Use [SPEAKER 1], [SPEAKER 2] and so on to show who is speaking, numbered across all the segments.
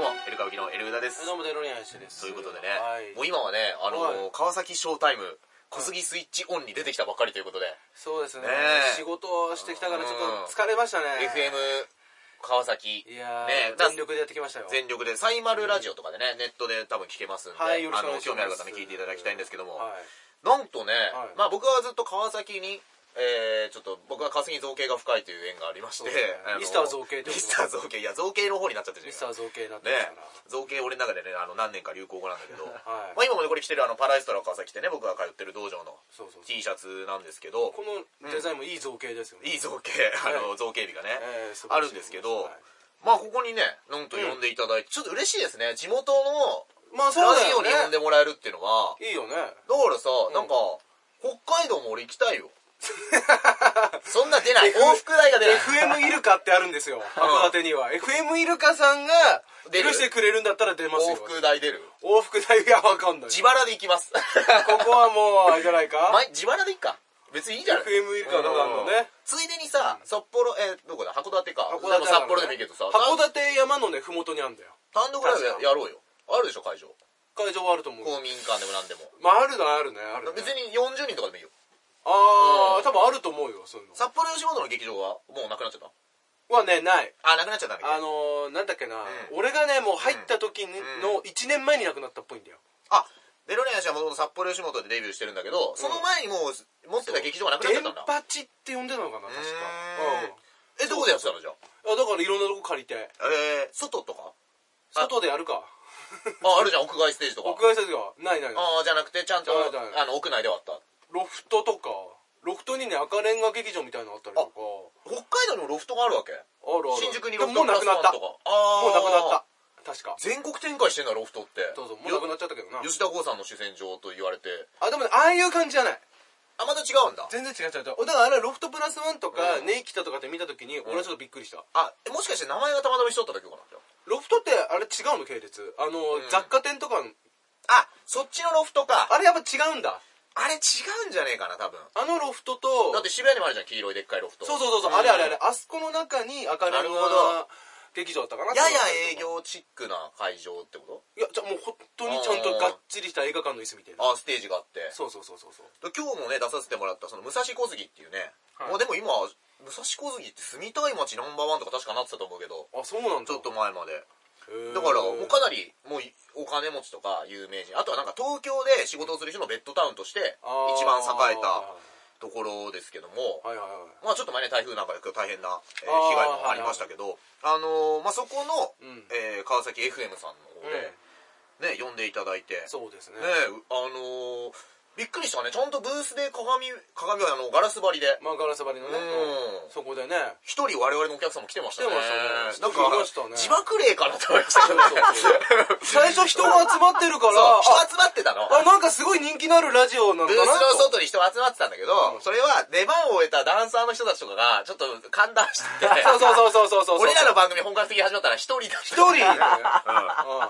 [SPEAKER 1] のエルウダです
[SPEAKER 2] どうもデロリアンしてです
[SPEAKER 1] ということでね、
[SPEAKER 2] はい
[SPEAKER 1] もう今はねあのー
[SPEAKER 2] はい
[SPEAKER 1] 川崎ショータイム小杉スイッチオンに出てきたばっかりということで、
[SPEAKER 2] そうですね
[SPEAKER 1] ねえ
[SPEAKER 2] 仕事をしてきたからちょっと疲れましたね
[SPEAKER 1] FM 川崎
[SPEAKER 2] いや
[SPEAKER 1] ね
[SPEAKER 2] ー全力でやってきましたよ
[SPEAKER 1] 全力でサイマルラジオとかでね、ネットで多分聞けますんで、
[SPEAKER 2] はいよろし
[SPEAKER 1] あ
[SPEAKER 2] くお
[SPEAKER 1] の
[SPEAKER 2] 願いし
[SPEAKER 1] 興味ある
[SPEAKER 2] ます
[SPEAKER 1] 方に聞いていただきたいんですけども、
[SPEAKER 2] はい
[SPEAKER 1] なんとね、
[SPEAKER 2] は
[SPEAKER 1] まあ
[SPEAKER 2] い
[SPEAKER 1] 僕はずっと川崎に、えー、ちょっと僕は川崎に造形が深いという縁がありまして、
[SPEAKER 2] そうで
[SPEAKER 1] あの
[SPEAKER 2] すねミスター造形ってこと
[SPEAKER 1] ミスター造形いや造形の方になっちゃってる
[SPEAKER 2] ミス
[SPEAKER 1] じゃん
[SPEAKER 2] ター造形になって
[SPEAKER 1] ね
[SPEAKER 2] ますから
[SPEAKER 1] 造形俺の中でねあの何年か流行語なんだけど、
[SPEAKER 2] は
[SPEAKER 1] まあ、
[SPEAKER 2] い
[SPEAKER 1] 今もねこれ着てるあのパラエストラ川崎ってね僕が通ってる道場の
[SPEAKER 2] そうそうそう
[SPEAKER 1] T シャツなんですけど
[SPEAKER 2] このデザインもいい造形ですよね
[SPEAKER 1] いい造形あ
[SPEAKER 2] はい
[SPEAKER 1] の造形美がね、
[SPEAKER 2] えー素晴ら
[SPEAKER 1] あるん
[SPEAKER 2] しい
[SPEAKER 1] ですけど、
[SPEAKER 2] はい
[SPEAKER 1] まあここにねなんと呼んでいただいて、ちょっと嬉しいですね地元の
[SPEAKER 2] まあそう
[SPEAKER 1] ラ
[SPEAKER 2] だ
[SPEAKER 1] ジオ
[SPEAKER 2] よ
[SPEAKER 1] に呼ん
[SPEAKER 2] ね
[SPEAKER 1] でもらえるっていうのは、
[SPEAKER 2] いいよ
[SPEAKER 1] だ
[SPEAKER 2] ね
[SPEAKER 1] からさ、なんか北海道も俺行きたい よそんな出ない往復代が出ない
[SPEAKER 2] FM イルカってあるんで すよ函館には FM イルカさんが
[SPEAKER 1] 出る
[SPEAKER 2] 許してくれるんだったら出ます
[SPEAKER 1] 往
[SPEAKER 2] よ
[SPEAKER 1] 復代出る
[SPEAKER 2] 往復代がわかんない
[SPEAKER 1] 自腹で行きます
[SPEAKER 2] ここはもうあれじゃない か
[SPEAKER 1] ま自腹でいいか別にいいじゃない
[SPEAKER 2] FM イルカのあのね
[SPEAKER 1] ついでにさ、札幌えーどこだ函館か
[SPEAKER 2] 函館
[SPEAKER 1] 札幌でもいいけどさ
[SPEAKER 2] 函館山のね麓にあるんだよ
[SPEAKER 1] 単独ライブややろうよあるでしょ会場
[SPEAKER 2] 会場はあると思う
[SPEAKER 1] 公民館でも何でも
[SPEAKER 2] まああるのはあるねあるね
[SPEAKER 1] 別に40人とかでもいいよ
[SPEAKER 2] ああ、
[SPEAKER 1] うん
[SPEAKER 2] 多分あると思うよそういうの
[SPEAKER 1] 札幌吉本の劇場はもうなくなっちゃった
[SPEAKER 2] はねない
[SPEAKER 1] あなくなっちゃったんだけど
[SPEAKER 2] あのー、なんだっけな、俺がねもう入った時にの1年前に亡くなったっぽいんだよ
[SPEAKER 1] あデロリアン氏はもともと札幌吉本でデビューしてるんだけど、その前にもう持ってた劇場がなくなっちゃ
[SPEAKER 2] 電
[SPEAKER 1] ったんだ
[SPEAKER 2] 波地って呼んでたのかな確か
[SPEAKER 1] うーんえどこでやってたのじゃあ
[SPEAKER 2] うんあだからいろんなとこ借りて
[SPEAKER 1] えー、外とかあ
[SPEAKER 2] 外でやるか
[SPEAKER 1] ああるじゃん屋外ステージとか
[SPEAKER 2] 屋外施設がないないない
[SPEAKER 1] ああじゃなくてちゃんと
[SPEAKER 2] じゃないじゃない
[SPEAKER 1] あの屋内ではあった
[SPEAKER 2] ロフトとかロフトにね赤レンガ劇場みたいなのあったりとか
[SPEAKER 1] 北海道にもロフトがあるわけ
[SPEAKER 2] あるある
[SPEAKER 1] 新宿に
[SPEAKER 2] で
[SPEAKER 1] ロ
[SPEAKER 2] も
[SPEAKER 1] フト
[SPEAKER 2] もうなくなっ
[SPEAKER 1] プラ
[SPEAKER 2] た
[SPEAKER 1] スワンと
[SPEAKER 2] も
[SPEAKER 1] かあー
[SPEAKER 2] うなくなった確か
[SPEAKER 1] 全国展開してんだロフトって
[SPEAKER 2] どうぞもうなくなっちゃったけどな
[SPEAKER 1] 吉田剛さんの主戦場と言われて
[SPEAKER 2] あでもねああいう感じじゃない
[SPEAKER 1] あまた違うんだ
[SPEAKER 2] 全然違う違う違うだからあれロフトプラスワンとか、
[SPEAKER 1] うん
[SPEAKER 2] ネイキタとかって見た時に俺はちょっとびっくりした、
[SPEAKER 1] あえもしかして名前がたまたま一緒だっただけかなじゃ
[SPEAKER 2] ロフトってあれ違うの系列あの、
[SPEAKER 1] うん
[SPEAKER 2] 雑貨店とかの
[SPEAKER 1] ああそっちのロフトかあ
[SPEAKER 2] あれやっぱ違うんだ
[SPEAKER 1] れ違うんじゃねえかな多分
[SPEAKER 2] あのロフトと
[SPEAKER 1] だって渋谷にもあるじゃん黄色いでっかいロフト
[SPEAKER 2] そうそうそうそう、
[SPEAKER 1] ん
[SPEAKER 2] あれあれあれあそこの中に赤レンガ
[SPEAKER 1] なるほど
[SPEAKER 2] 劇場だったかな
[SPEAKER 1] やや営業チックな会場ってこ
[SPEAKER 2] いやじゃあもう本当にちゃんとがっちりした映画館の椅子みたいな
[SPEAKER 1] とあステージがあって
[SPEAKER 2] そうそうそうそうそう
[SPEAKER 1] で今日もね出させてもらったその武蔵小杉っていうね、
[SPEAKER 2] はい
[SPEAKER 1] もうでも今武蔵小杉って住みたい街ナンバーワンとか確かなってたと思うけど
[SPEAKER 2] あそうなんだ
[SPEAKER 1] ちょっと前まで
[SPEAKER 2] へー
[SPEAKER 1] だからもうかなりもうお金持ちとか有名人あとはなんか東京で仕事をする人のベッドタウンとして
[SPEAKER 2] あー
[SPEAKER 1] 一番栄えたところですけども
[SPEAKER 2] はいはいはい
[SPEAKER 1] まあちょっと前ね台風なんかで大変な、えー
[SPEAKER 2] あー
[SPEAKER 1] 被害もありましたけどあ,、のーまあ、そこの、
[SPEAKER 2] うん
[SPEAKER 1] えー川崎 FM さんの方
[SPEAKER 2] うん
[SPEAKER 1] で、ね呼んでいただいて
[SPEAKER 2] そうですね
[SPEAKER 1] ねうあのーびっくりしたねちゃんとブースで鏡鏡はあのガラス張りで
[SPEAKER 2] まあガラス張りのね
[SPEAKER 1] うん
[SPEAKER 2] うんそこでね
[SPEAKER 1] 一人我々のお客さんも来てましたね
[SPEAKER 2] 来てましたね
[SPEAKER 1] なんか
[SPEAKER 2] 来ましたね
[SPEAKER 1] 自爆霊かなと思いましたけどね
[SPEAKER 2] 最初人が集まってるから
[SPEAKER 1] そう
[SPEAKER 2] あ
[SPEAKER 1] 人集まってたの
[SPEAKER 2] あなんかすごい人気のあるラジオな
[SPEAKER 1] ブー
[SPEAKER 2] のか
[SPEAKER 1] ス
[SPEAKER 2] なと
[SPEAKER 1] の外に人が集まってたんだけど、
[SPEAKER 2] うん
[SPEAKER 1] それは出番を終えたダンサーの人たちとかがちょっと寒暖してて
[SPEAKER 2] そうそうそうそうそうそう
[SPEAKER 1] 俺らの番組本格的に始まったら一人だ一
[SPEAKER 2] 一人ねあ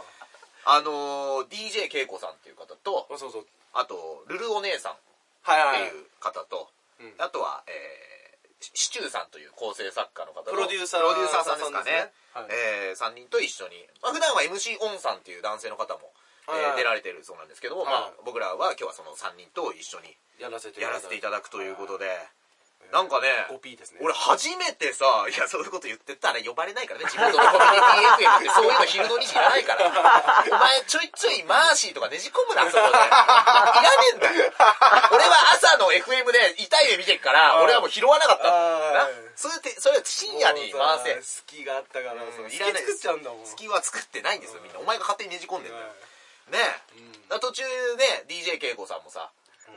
[SPEAKER 1] あのー、DJ 恵子さんっていう方と
[SPEAKER 2] そうそう
[SPEAKER 1] あとルルお姉さんっ
[SPEAKER 2] はいは
[SPEAKER 1] て
[SPEAKER 2] いはい
[SPEAKER 1] いう方と、
[SPEAKER 2] うん
[SPEAKER 1] あとは、えー、シシチューさんという構成作家の方と
[SPEAKER 2] プロデューサー
[SPEAKER 1] プロデューサーさんですかね
[SPEAKER 2] さんですね
[SPEAKER 1] え3人と一緒に、まあ、普段は MC オンさんっていう男性の方も、
[SPEAKER 2] はい
[SPEAKER 1] え
[SPEAKER 2] は
[SPEAKER 1] ー
[SPEAKER 2] い
[SPEAKER 1] 出られてるそうなんですけども、
[SPEAKER 2] はい
[SPEAKER 1] まあ、僕らは今日はその3人と一緒に
[SPEAKER 2] やらせて
[SPEAKER 1] やらせていただくということで、
[SPEAKER 2] はい
[SPEAKER 1] なんかね、
[SPEAKER 2] 5P ですね
[SPEAKER 1] 俺初めてさいやそういうこと言ってたら呼ばれないからね地 元のコミュニティ FM ってそういうの昼の2時いらないからお前ちょいちょいマーシーとかねじ込むなそこでいらねえんだよ俺は朝の FM で痛い目見てっから俺はもう拾わなかったんだ
[SPEAKER 2] あ
[SPEAKER 1] な
[SPEAKER 2] ー
[SPEAKER 1] そういうてそれは深夜に回せ
[SPEAKER 2] せ好きがあったから
[SPEAKER 1] うん
[SPEAKER 2] その
[SPEAKER 1] いらない
[SPEAKER 2] 好き作っちゃうんだもん
[SPEAKER 1] 隙は作ってないんですよみんなお前が勝手にねじ込んでんだよねえ、
[SPEAKER 2] うん
[SPEAKER 1] だから途中で DJ 恵子さんもさ、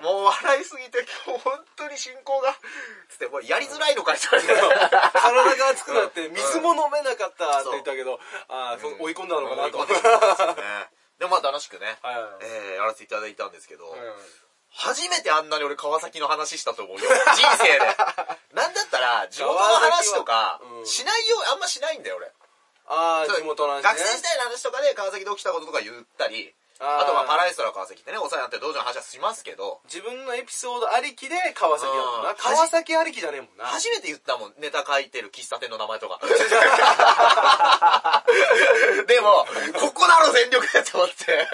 [SPEAKER 1] もう笑いすぎて今日本当に進行がつってもうやりづらいのかいそれ
[SPEAKER 2] 体が熱くなって水も飲めなかったって言ったけどああそう追い込んだのかなと思って
[SPEAKER 1] 追い込んできたんですよねでもまあ楽しくね、
[SPEAKER 2] はいはいはい
[SPEAKER 1] えーやらせていただいたんですけど、
[SPEAKER 2] うん
[SPEAKER 1] 初めてあんなに俺川崎の話したと思うよ人生 でなんだったら地元の話とか
[SPEAKER 2] 川崎はうん
[SPEAKER 1] しないよ、あんましないんだよ俺
[SPEAKER 2] ああ
[SPEAKER 1] そう
[SPEAKER 2] 地元の話ね
[SPEAKER 1] 学生時代の話とかで川崎で起きたこととか言ったり
[SPEAKER 2] あー
[SPEAKER 1] あとまあパラエストラ川崎ってねお世話になってる道場の話はしますけど
[SPEAKER 2] 自分のエピソードありきで川崎だもん
[SPEAKER 1] う
[SPEAKER 2] なん川崎ありきじゃねえもんな
[SPEAKER 1] 初めて言ったもんネタ書いてる喫茶店の名前と かでもここだろ全力でと思って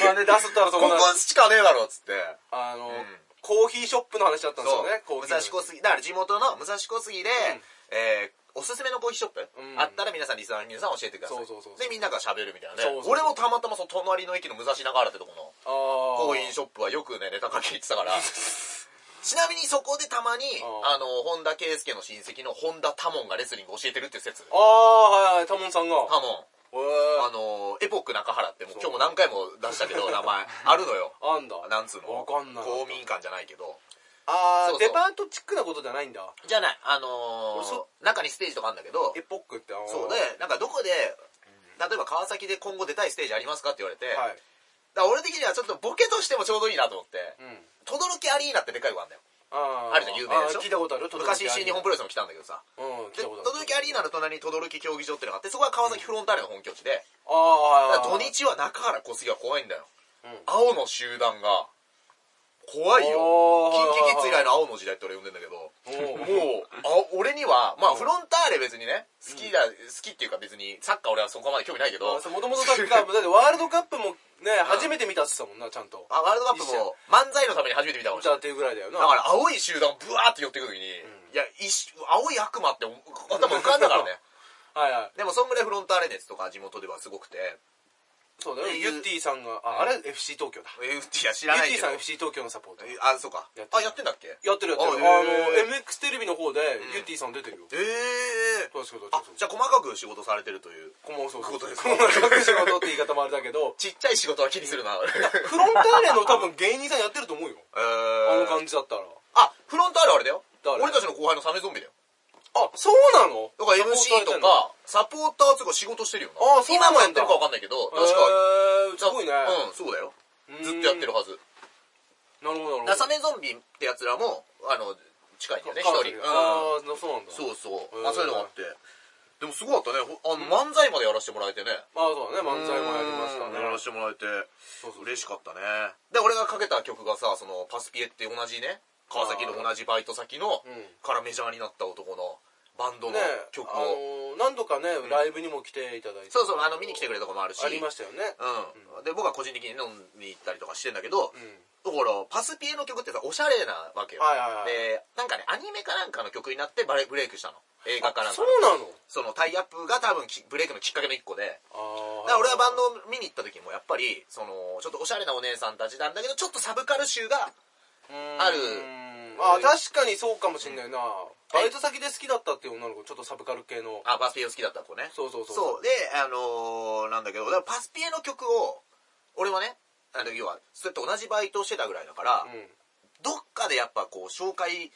[SPEAKER 2] まあね出すったら そ
[SPEAKER 1] こ
[SPEAKER 2] こな
[SPEAKER 1] こ
[SPEAKER 2] ん
[SPEAKER 1] しかねえだろっつって
[SPEAKER 2] あの
[SPEAKER 1] ん
[SPEAKER 2] コーヒーショップの話だったんです
[SPEAKER 1] そ
[SPEAKER 2] よ
[SPEAKER 1] う
[SPEAKER 2] ねコー
[SPEAKER 1] 武
[SPEAKER 2] ヒー
[SPEAKER 1] 蔵小杉だから地元の武蔵小杉で、
[SPEAKER 2] ん
[SPEAKER 1] えーおすすめのコーヒーショップ、
[SPEAKER 2] うん
[SPEAKER 1] あったら皆さんリスナーの皆さん教えてください
[SPEAKER 2] そうそうそうそう
[SPEAKER 1] でみんなが喋るみたいなね
[SPEAKER 2] そうそうそう
[SPEAKER 1] 俺もたまたまその隣の駅の武蔵長原ってとこの
[SPEAKER 2] コ
[SPEAKER 1] コーヒーショップはよくねネタ書きに行ってたから ちなみにそこでたまに
[SPEAKER 2] あ
[SPEAKER 1] あの本田圭佑の親戚の本田多門がレスリング教えてるっていう説
[SPEAKER 2] あ
[SPEAKER 1] 多
[SPEAKER 2] あはいはいタモンさんが
[SPEAKER 1] 門
[SPEAKER 2] へ
[SPEAKER 1] あのエポック中原ってもう今日も何回も出したけ ど名前あるのよ
[SPEAKER 2] えあんだ
[SPEAKER 1] なんつうの
[SPEAKER 2] わかんない
[SPEAKER 1] 公民館じゃないけど
[SPEAKER 2] あ
[SPEAKER 1] そ
[SPEAKER 2] あ
[SPEAKER 1] うそう
[SPEAKER 2] デパートチックなことじゃないんだ
[SPEAKER 1] じゃないあの
[SPEAKER 2] 俺そ
[SPEAKER 1] ー中にステージとかあるんだけど
[SPEAKER 2] エポックってあー
[SPEAKER 1] そうでなんかどこで例えば川崎で今後出たいステージありますかって言われて、
[SPEAKER 2] はい
[SPEAKER 1] だから俺的にはちょっとボケとしてもちょうどいいなと思って
[SPEAKER 2] うん
[SPEAKER 1] 「とどろきアリーナ」ってでかいのがあるんだよ
[SPEAKER 2] あー
[SPEAKER 1] あるじゃん有名でしょ
[SPEAKER 2] あー聞いたことある
[SPEAKER 1] 昔新日本プロ
[SPEAKER 2] ロ
[SPEAKER 1] レスも来たんだけどさ
[SPEAKER 2] うん聞い
[SPEAKER 1] で
[SPEAKER 2] たことある
[SPEAKER 1] 轟アリーナの隣に轟競技場ってのがあってそこは川崎フロンターレの本拠地で、
[SPEAKER 2] ああ
[SPEAKER 1] だ
[SPEAKER 2] は
[SPEAKER 1] から
[SPEAKER 2] いは
[SPEAKER 1] 土
[SPEAKER 2] い
[SPEAKER 1] 日は中原小杉が怖いんだよ、
[SPEAKER 2] うん
[SPEAKER 1] 青の集団が怖いよ
[SPEAKER 2] おー
[SPEAKER 1] KinKiKids 以来の青の時代って俺呼んでんだけど
[SPEAKER 2] お
[SPEAKER 1] も
[SPEAKER 2] ー
[SPEAKER 1] うあ俺にはまあ
[SPEAKER 2] うん
[SPEAKER 1] フロンターレ別にね好きだ、好きっていうか別にサッカー俺はそこまで興味ないけど
[SPEAKER 2] あそうもともとサッカー部だってワールドカップもね初めて見たって言ってたもんなちゃんと
[SPEAKER 1] あワールドカップ
[SPEAKER 2] 一緒
[SPEAKER 1] も漫才のために初めて見たかも
[SPEAKER 2] 見
[SPEAKER 1] しれな
[SPEAKER 2] た
[SPEAKER 1] い
[SPEAKER 2] っていうぐらいだよな
[SPEAKER 1] だから青い集団ブワーって寄ってくる時に、いや一青い悪魔って頭浮かんだからね
[SPEAKER 2] はいはい
[SPEAKER 1] でもそんぐらいフロンターレ熱とか地元ではすごくて
[SPEAKER 2] そうだね
[SPEAKER 1] で
[SPEAKER 2] ゆってぃさんがああれ FC 東京だ
[SPEAKER 1] FT は知
[SPEAKER 2] ゆ
[SPEAKER 1] らな
[SPEAKER 2] っ
[SPEAKER 1] い
[SPEAKER 2] て
[SPEAKER 1] け
[SPEAKER 2] ぃ
[SPEAKER 1] ど
[SPEAKER 2] さん FC 東京のサポーター
[SPEAKER 1] えあそうか
[SPEAKER 2] やってる
[SPEAKER 1] あやってんだっけ
[SPEAKER 2] やってるやってる
[SPEAKER 1] あ
[SPEAKER 2] あ
[SPEAKER 1] へー
[SPEAKER 2] の MX テレビの方でゆってぃさん出てるよ
[SPEAKER 1] ええ
[SPEAKER 2] そうそうそう
[SPEAKER 1] あ
[SPEAKER 2] そう
[SPEAKER 1] じゃあ細かく仕事されてるという
[SPEAKER 2] こもそうそう
[SPEAKER 1] ことです
[SPEAKER 2] こも隠し事って言い方もあれだ けど
[SPEAKER 1] ちっちゃい仕事は気にす るな
[SPEAKER 2] フロンターレの多分芸人さんやってると思うよあの
[SPEAKER 1] あ
[SPEAKER 2] 感じだったら
[SPEAKER 1] あフロンターレあれだよ
[SPEAKER 2] 誰
[SPEAKER 1] 俺たちの後輩のサメゾンビだよ
[SPEAKER 2] あそうなの
[SPEAKER 1] だから MC とかサポーターとか仕事してるよな
[SPEAKER 2] あそう
[SPEAKER 1] 今
[SPEAKER 2] なんだ
[SPEAKER 1] もやってるか分かんないけど
[SPEAKER 2] へ
[SPEAKER 1] 確か
[SPEAKER 2] ーすごいね
[SPEAKER 1] うんそうだよ
[SPEAKER 2] うん
[SPEAKER 1] ずっとやってるはず
[SPEAKER 2] なるほどなるほど
[SPEAKER 1] だからサメゾンビってやつらもあの近いんだよね一
[SPEAKER 2] 彼女
[SPEAKER 1] 人うん
[SPEAKER 2] ああそうなんだ
[SPEAKER 1] そうそう
[SPEAKER 2] へー
[SPEAKER 1] まあそういうのがあってでもすごかったねほあの漫才までやらせてもらえてね
[SPEAKER 2] まあそうだね漫才もやりましたね
[SPEAKER 1] やらせてもらえて
[SPEAKER 2] そうそう
[SPEAKER 1] 嬉しかったねで俺がかけた曲がさそのパスピエって同じね川崎の同じバイト先の
[SPEAKER 2] うん
[SPEAKER 1] からメジャーになった男のバンドの
[SPEAKER 2] ね
[SPEAKER 1] 曲
[SPEAKER 2] あ
[SPEAKER 1] を
[SPEAKER 2] のー何度かねライブにも来ていただいて
[SPEAKER 1] そうそうあの見に来てくれたとこもあるし
[SPEAKER 2] ありましたよね
[SPEAKER 1] うん、で僕は個人的に飲みに行ったりとかしてんだけど
[SPEAKER 2] う、ん
[SPEAKER 1] だからパスピエの曲ってさおしゃれなわけよ、
[SPEAKER 2] はいはいはい
[SPEAKER 1] でなんかねアニメかなんかの曲になってバレブレイクしたの映画かなんか
[SPEAKER 2] そ
[SPEAKER 1] の
[SPEAKER 2] うなの
[SPEAKER 1] そのタイアップが多分きブレイクのきっかけの一個で
[SPEAKER 2] あ
[SPEAKER 1] だから俺はバンドを見に行った時もやっぱりそのちょっとおしゃれなお姉さんたちなんだけどちょっとサブカル集が
[SPEAKER 2] ド
[SPEAKER 1] ある
[SPEAKER 2] あ確かにそうかもしんないなバイト先で好きだったっていう女の子ちょっとサブカル系の
[SPEAKER 1] あパスピエ好きだった子ね
[SPEAKER 2] そうそうそう
[SPEAKER 1] そうであのーなんだけどだからパスピエの曲を俺はねあの要はそれと同じバイトをしてたぐらいだから、
[SPEAKER 2] うん
[SPEAKER 1] どっかでやっぱこう紹介